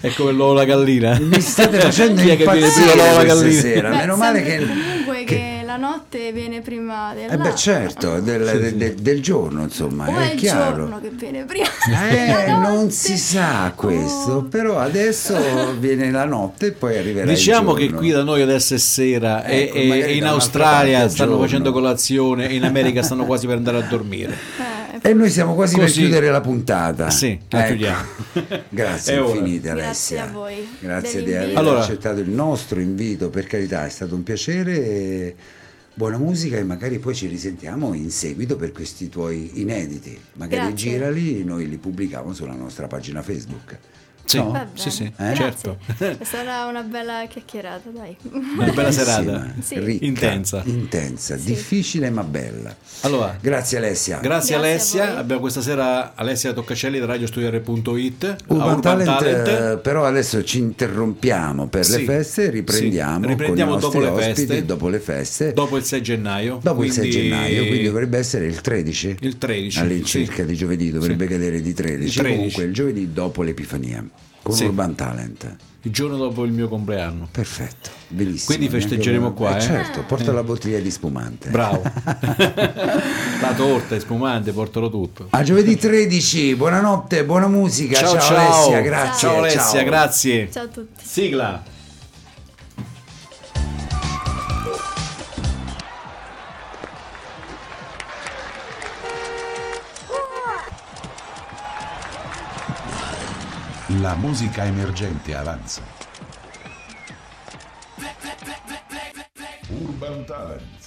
[SPEAKER 3] È come l'uovo e la gallina.
[SPEAKER 4] Mi state facendo
[SPEAKER 3] Chi è che viene prima
[SPEAKER 4] impazzire
[SPEAKER 3] l'uovo e la
[SPEAKER 4] questa
[SPEAKER 3] gallina?
[SPEAKER 4] sera.
[SPEAKER 5] Beh,
[SPEAKER 4] Meno male
[SPEAKER 5] sempre
[SPEAKER 4] che...
[SPEAKER 5] comunque che...
[SPEAKER 4] che-
[SPEAKER 5] la notte viene prima della
[SPEAKER 4] Eh beh certo, del, del- del- del giorno
[SPEAKER 5] O
[SPEAKER 4] insomma,
[SPEAKER 5] è
[SPEAKER 4] è,
[SPEAKER 5] il
[SPEAKER 4] chiaro.
[SPEAKER 5] giorno che viene prima.
[SPEAKER 4] Eh,
[SPEAKER 5] della
[SPEAKER 4] non
[SPEAKER 5] notte.
[SPEAKER 4] si sa questo,
[SPEAKER 5] Oh.
[SPEAKER 4] però adesso viene la notte e poi arriverà
[SPEAKER 3] Diciamo
[SPEAKER 4] il
[SPEAKER 3] che
[SPEAKER 4] giorno.
[SPEAKER 3] qui da noi adesso è sera e-
[SPEAKER 4] Ecco,
[SPEAKER 3] e,
[SPEAKER 4] magari
[SPEAKER 3] e in
[SPEAKER 4] da un'altra
[SPEAKER 3] Australia
[SPEAKER 4] parte è
[SPEAKER 3] stanno
[SPEAKER 4] giorno.
[SPEAKER 3] facendo colazione, e in America stanno quasi per andare a dormire.
[SPEAKER 5] Eh,
[SPEAKER 4] E noi siamo quasi per
[SPEAKER 3] Così.
[SPEAKER 4] chiudere la puntata.
[SPEAKER 3] Sì, la
[SPEAKER 4] Ecco.
[SPEAKER 3] chiudiamo.
[SPEAKER 4] Grazie
[SPEAKER 3] È ora.
[SPEAKER 4] infinite
[SPEAKER 5] Grazie
[SPEAKER 4] Alessia.
[SPEAKER 5] a voi
[SPEAKER 4] Grazie di
[SPEAKER 5] dell'invito.
[SPEAKER 4] aver
[SPEAKER 3] Allora-
[SPEAKER 4] accettato il nostro invito, per carità, è stato un piacere. e Buona musica e magari poi ci risentiamo in seguito per questi tuoi inediti. Magari
[SPEAKER 5] Grazie.
[SPEAKER 4] girali, noi li pubblichiamo sulla nostra pagina Facebook.
[SPEAKER 3] Sì,
[SPEAKER 4] No?
[SPEAKER 5] va bene.
[SPEAKER 3] sì, sì,
[SPEAKER 4] Eh?
[SPEAKER 3] certo.
[SPEAKER 5] Grazie. Sarà una bella chiacchierata, dai.
[SPEAKER 4] Eh,
[SPEAKER 3] Una bella serata.
[SPEAKER 4] Bellissima,
[SPEAKER 5] Sì.
[SPEAKER 4] ricca,
[SPEAKER 3] Intensa.
[SPEAKER 4] intensa, difficile ma bella.
[SPEAKER 3] Allora,
[SPEAKER 4] Grazie Alessia.
[SPEAKER 3] Grazie,
[SPEAKER 5] Grazie a
[SPEAKER 3] Alessia,
[SPEAKER 5] voi.
[SPEAKER 3] abbiamo questa sera Alessia Toccacelli da radiostudiare.it a
[SPEAKER 4] Urban,
[SPEAKER 3] Urban
[SPEAKER 4] Talent,
[SPEAKER 3] Talent.
[SPEAKER 4] eh, però adesso ci interrompiamo per
[SPEAKER 3] Sì,
[SPEAKER 4] le feste e
[SPEAKER 3] sì,
[SPEAKER 4] riprendiamo,
[SPEAKER 3] riprendiamo
[SPEAKER 4] con i
[SPEAKER 3] dopo
[SPEAKER 4] nostri
[SPEAKER 3] le
[SPEAKER 4] ospiti
[SPEAKER 3] feste.
[SPEAKER 4] dopo le feste, dopo,
[SPEAKER 3] Dopo il 6 gennaio.
[SPEAKER 4] eh. il 6
[SPEAKER 3] quindi-
[SPEAKER 4] gennaio, quindi dovrebbe essere il 13,
[SPEAKER 3] Il 13,
[SPEAKER 4] all'incirca
[SPEAKER 3] sì.
[SPEAKER 4] di giovedì, dovrebbe
[SPEAKER 3] Sì.
[SPEAKER 4] cadere di 13,
[SPEAKER 3] Il 13.
[SPEAKER 4] comunque il giovedì dopo l'Epifania con
[SPEAKER 3] Sì.
[SPEAKER 4] Urban Talent.
[SPEAKER 3] Il giorno dopo il mio compleanno.
[SPEAKER 4] Perfetto, bellissimo.
[SPEAKER 3] Quindi festeggeremo
[SPEAKER 4] Neanche-
[SPEAKER 3] qua, eh.
[SPEAKER 4] Certo, porta la bottiglia di spumante.
[SPEAKER 3] Bravo. La torta, il spumante, portalo tutto.
[SPEAKER 4] A giovedì 13, buonanotte, buona musica. Ciao, Alessia, grazie.
[SPEAKER 3] Ciao Alessia, grazie.
[SPEAKER 5] Ciao a tutti.
[SPEAKER 3] Sigla.
[SPEAKER 2] La musica emergente avanza. Urban Talent.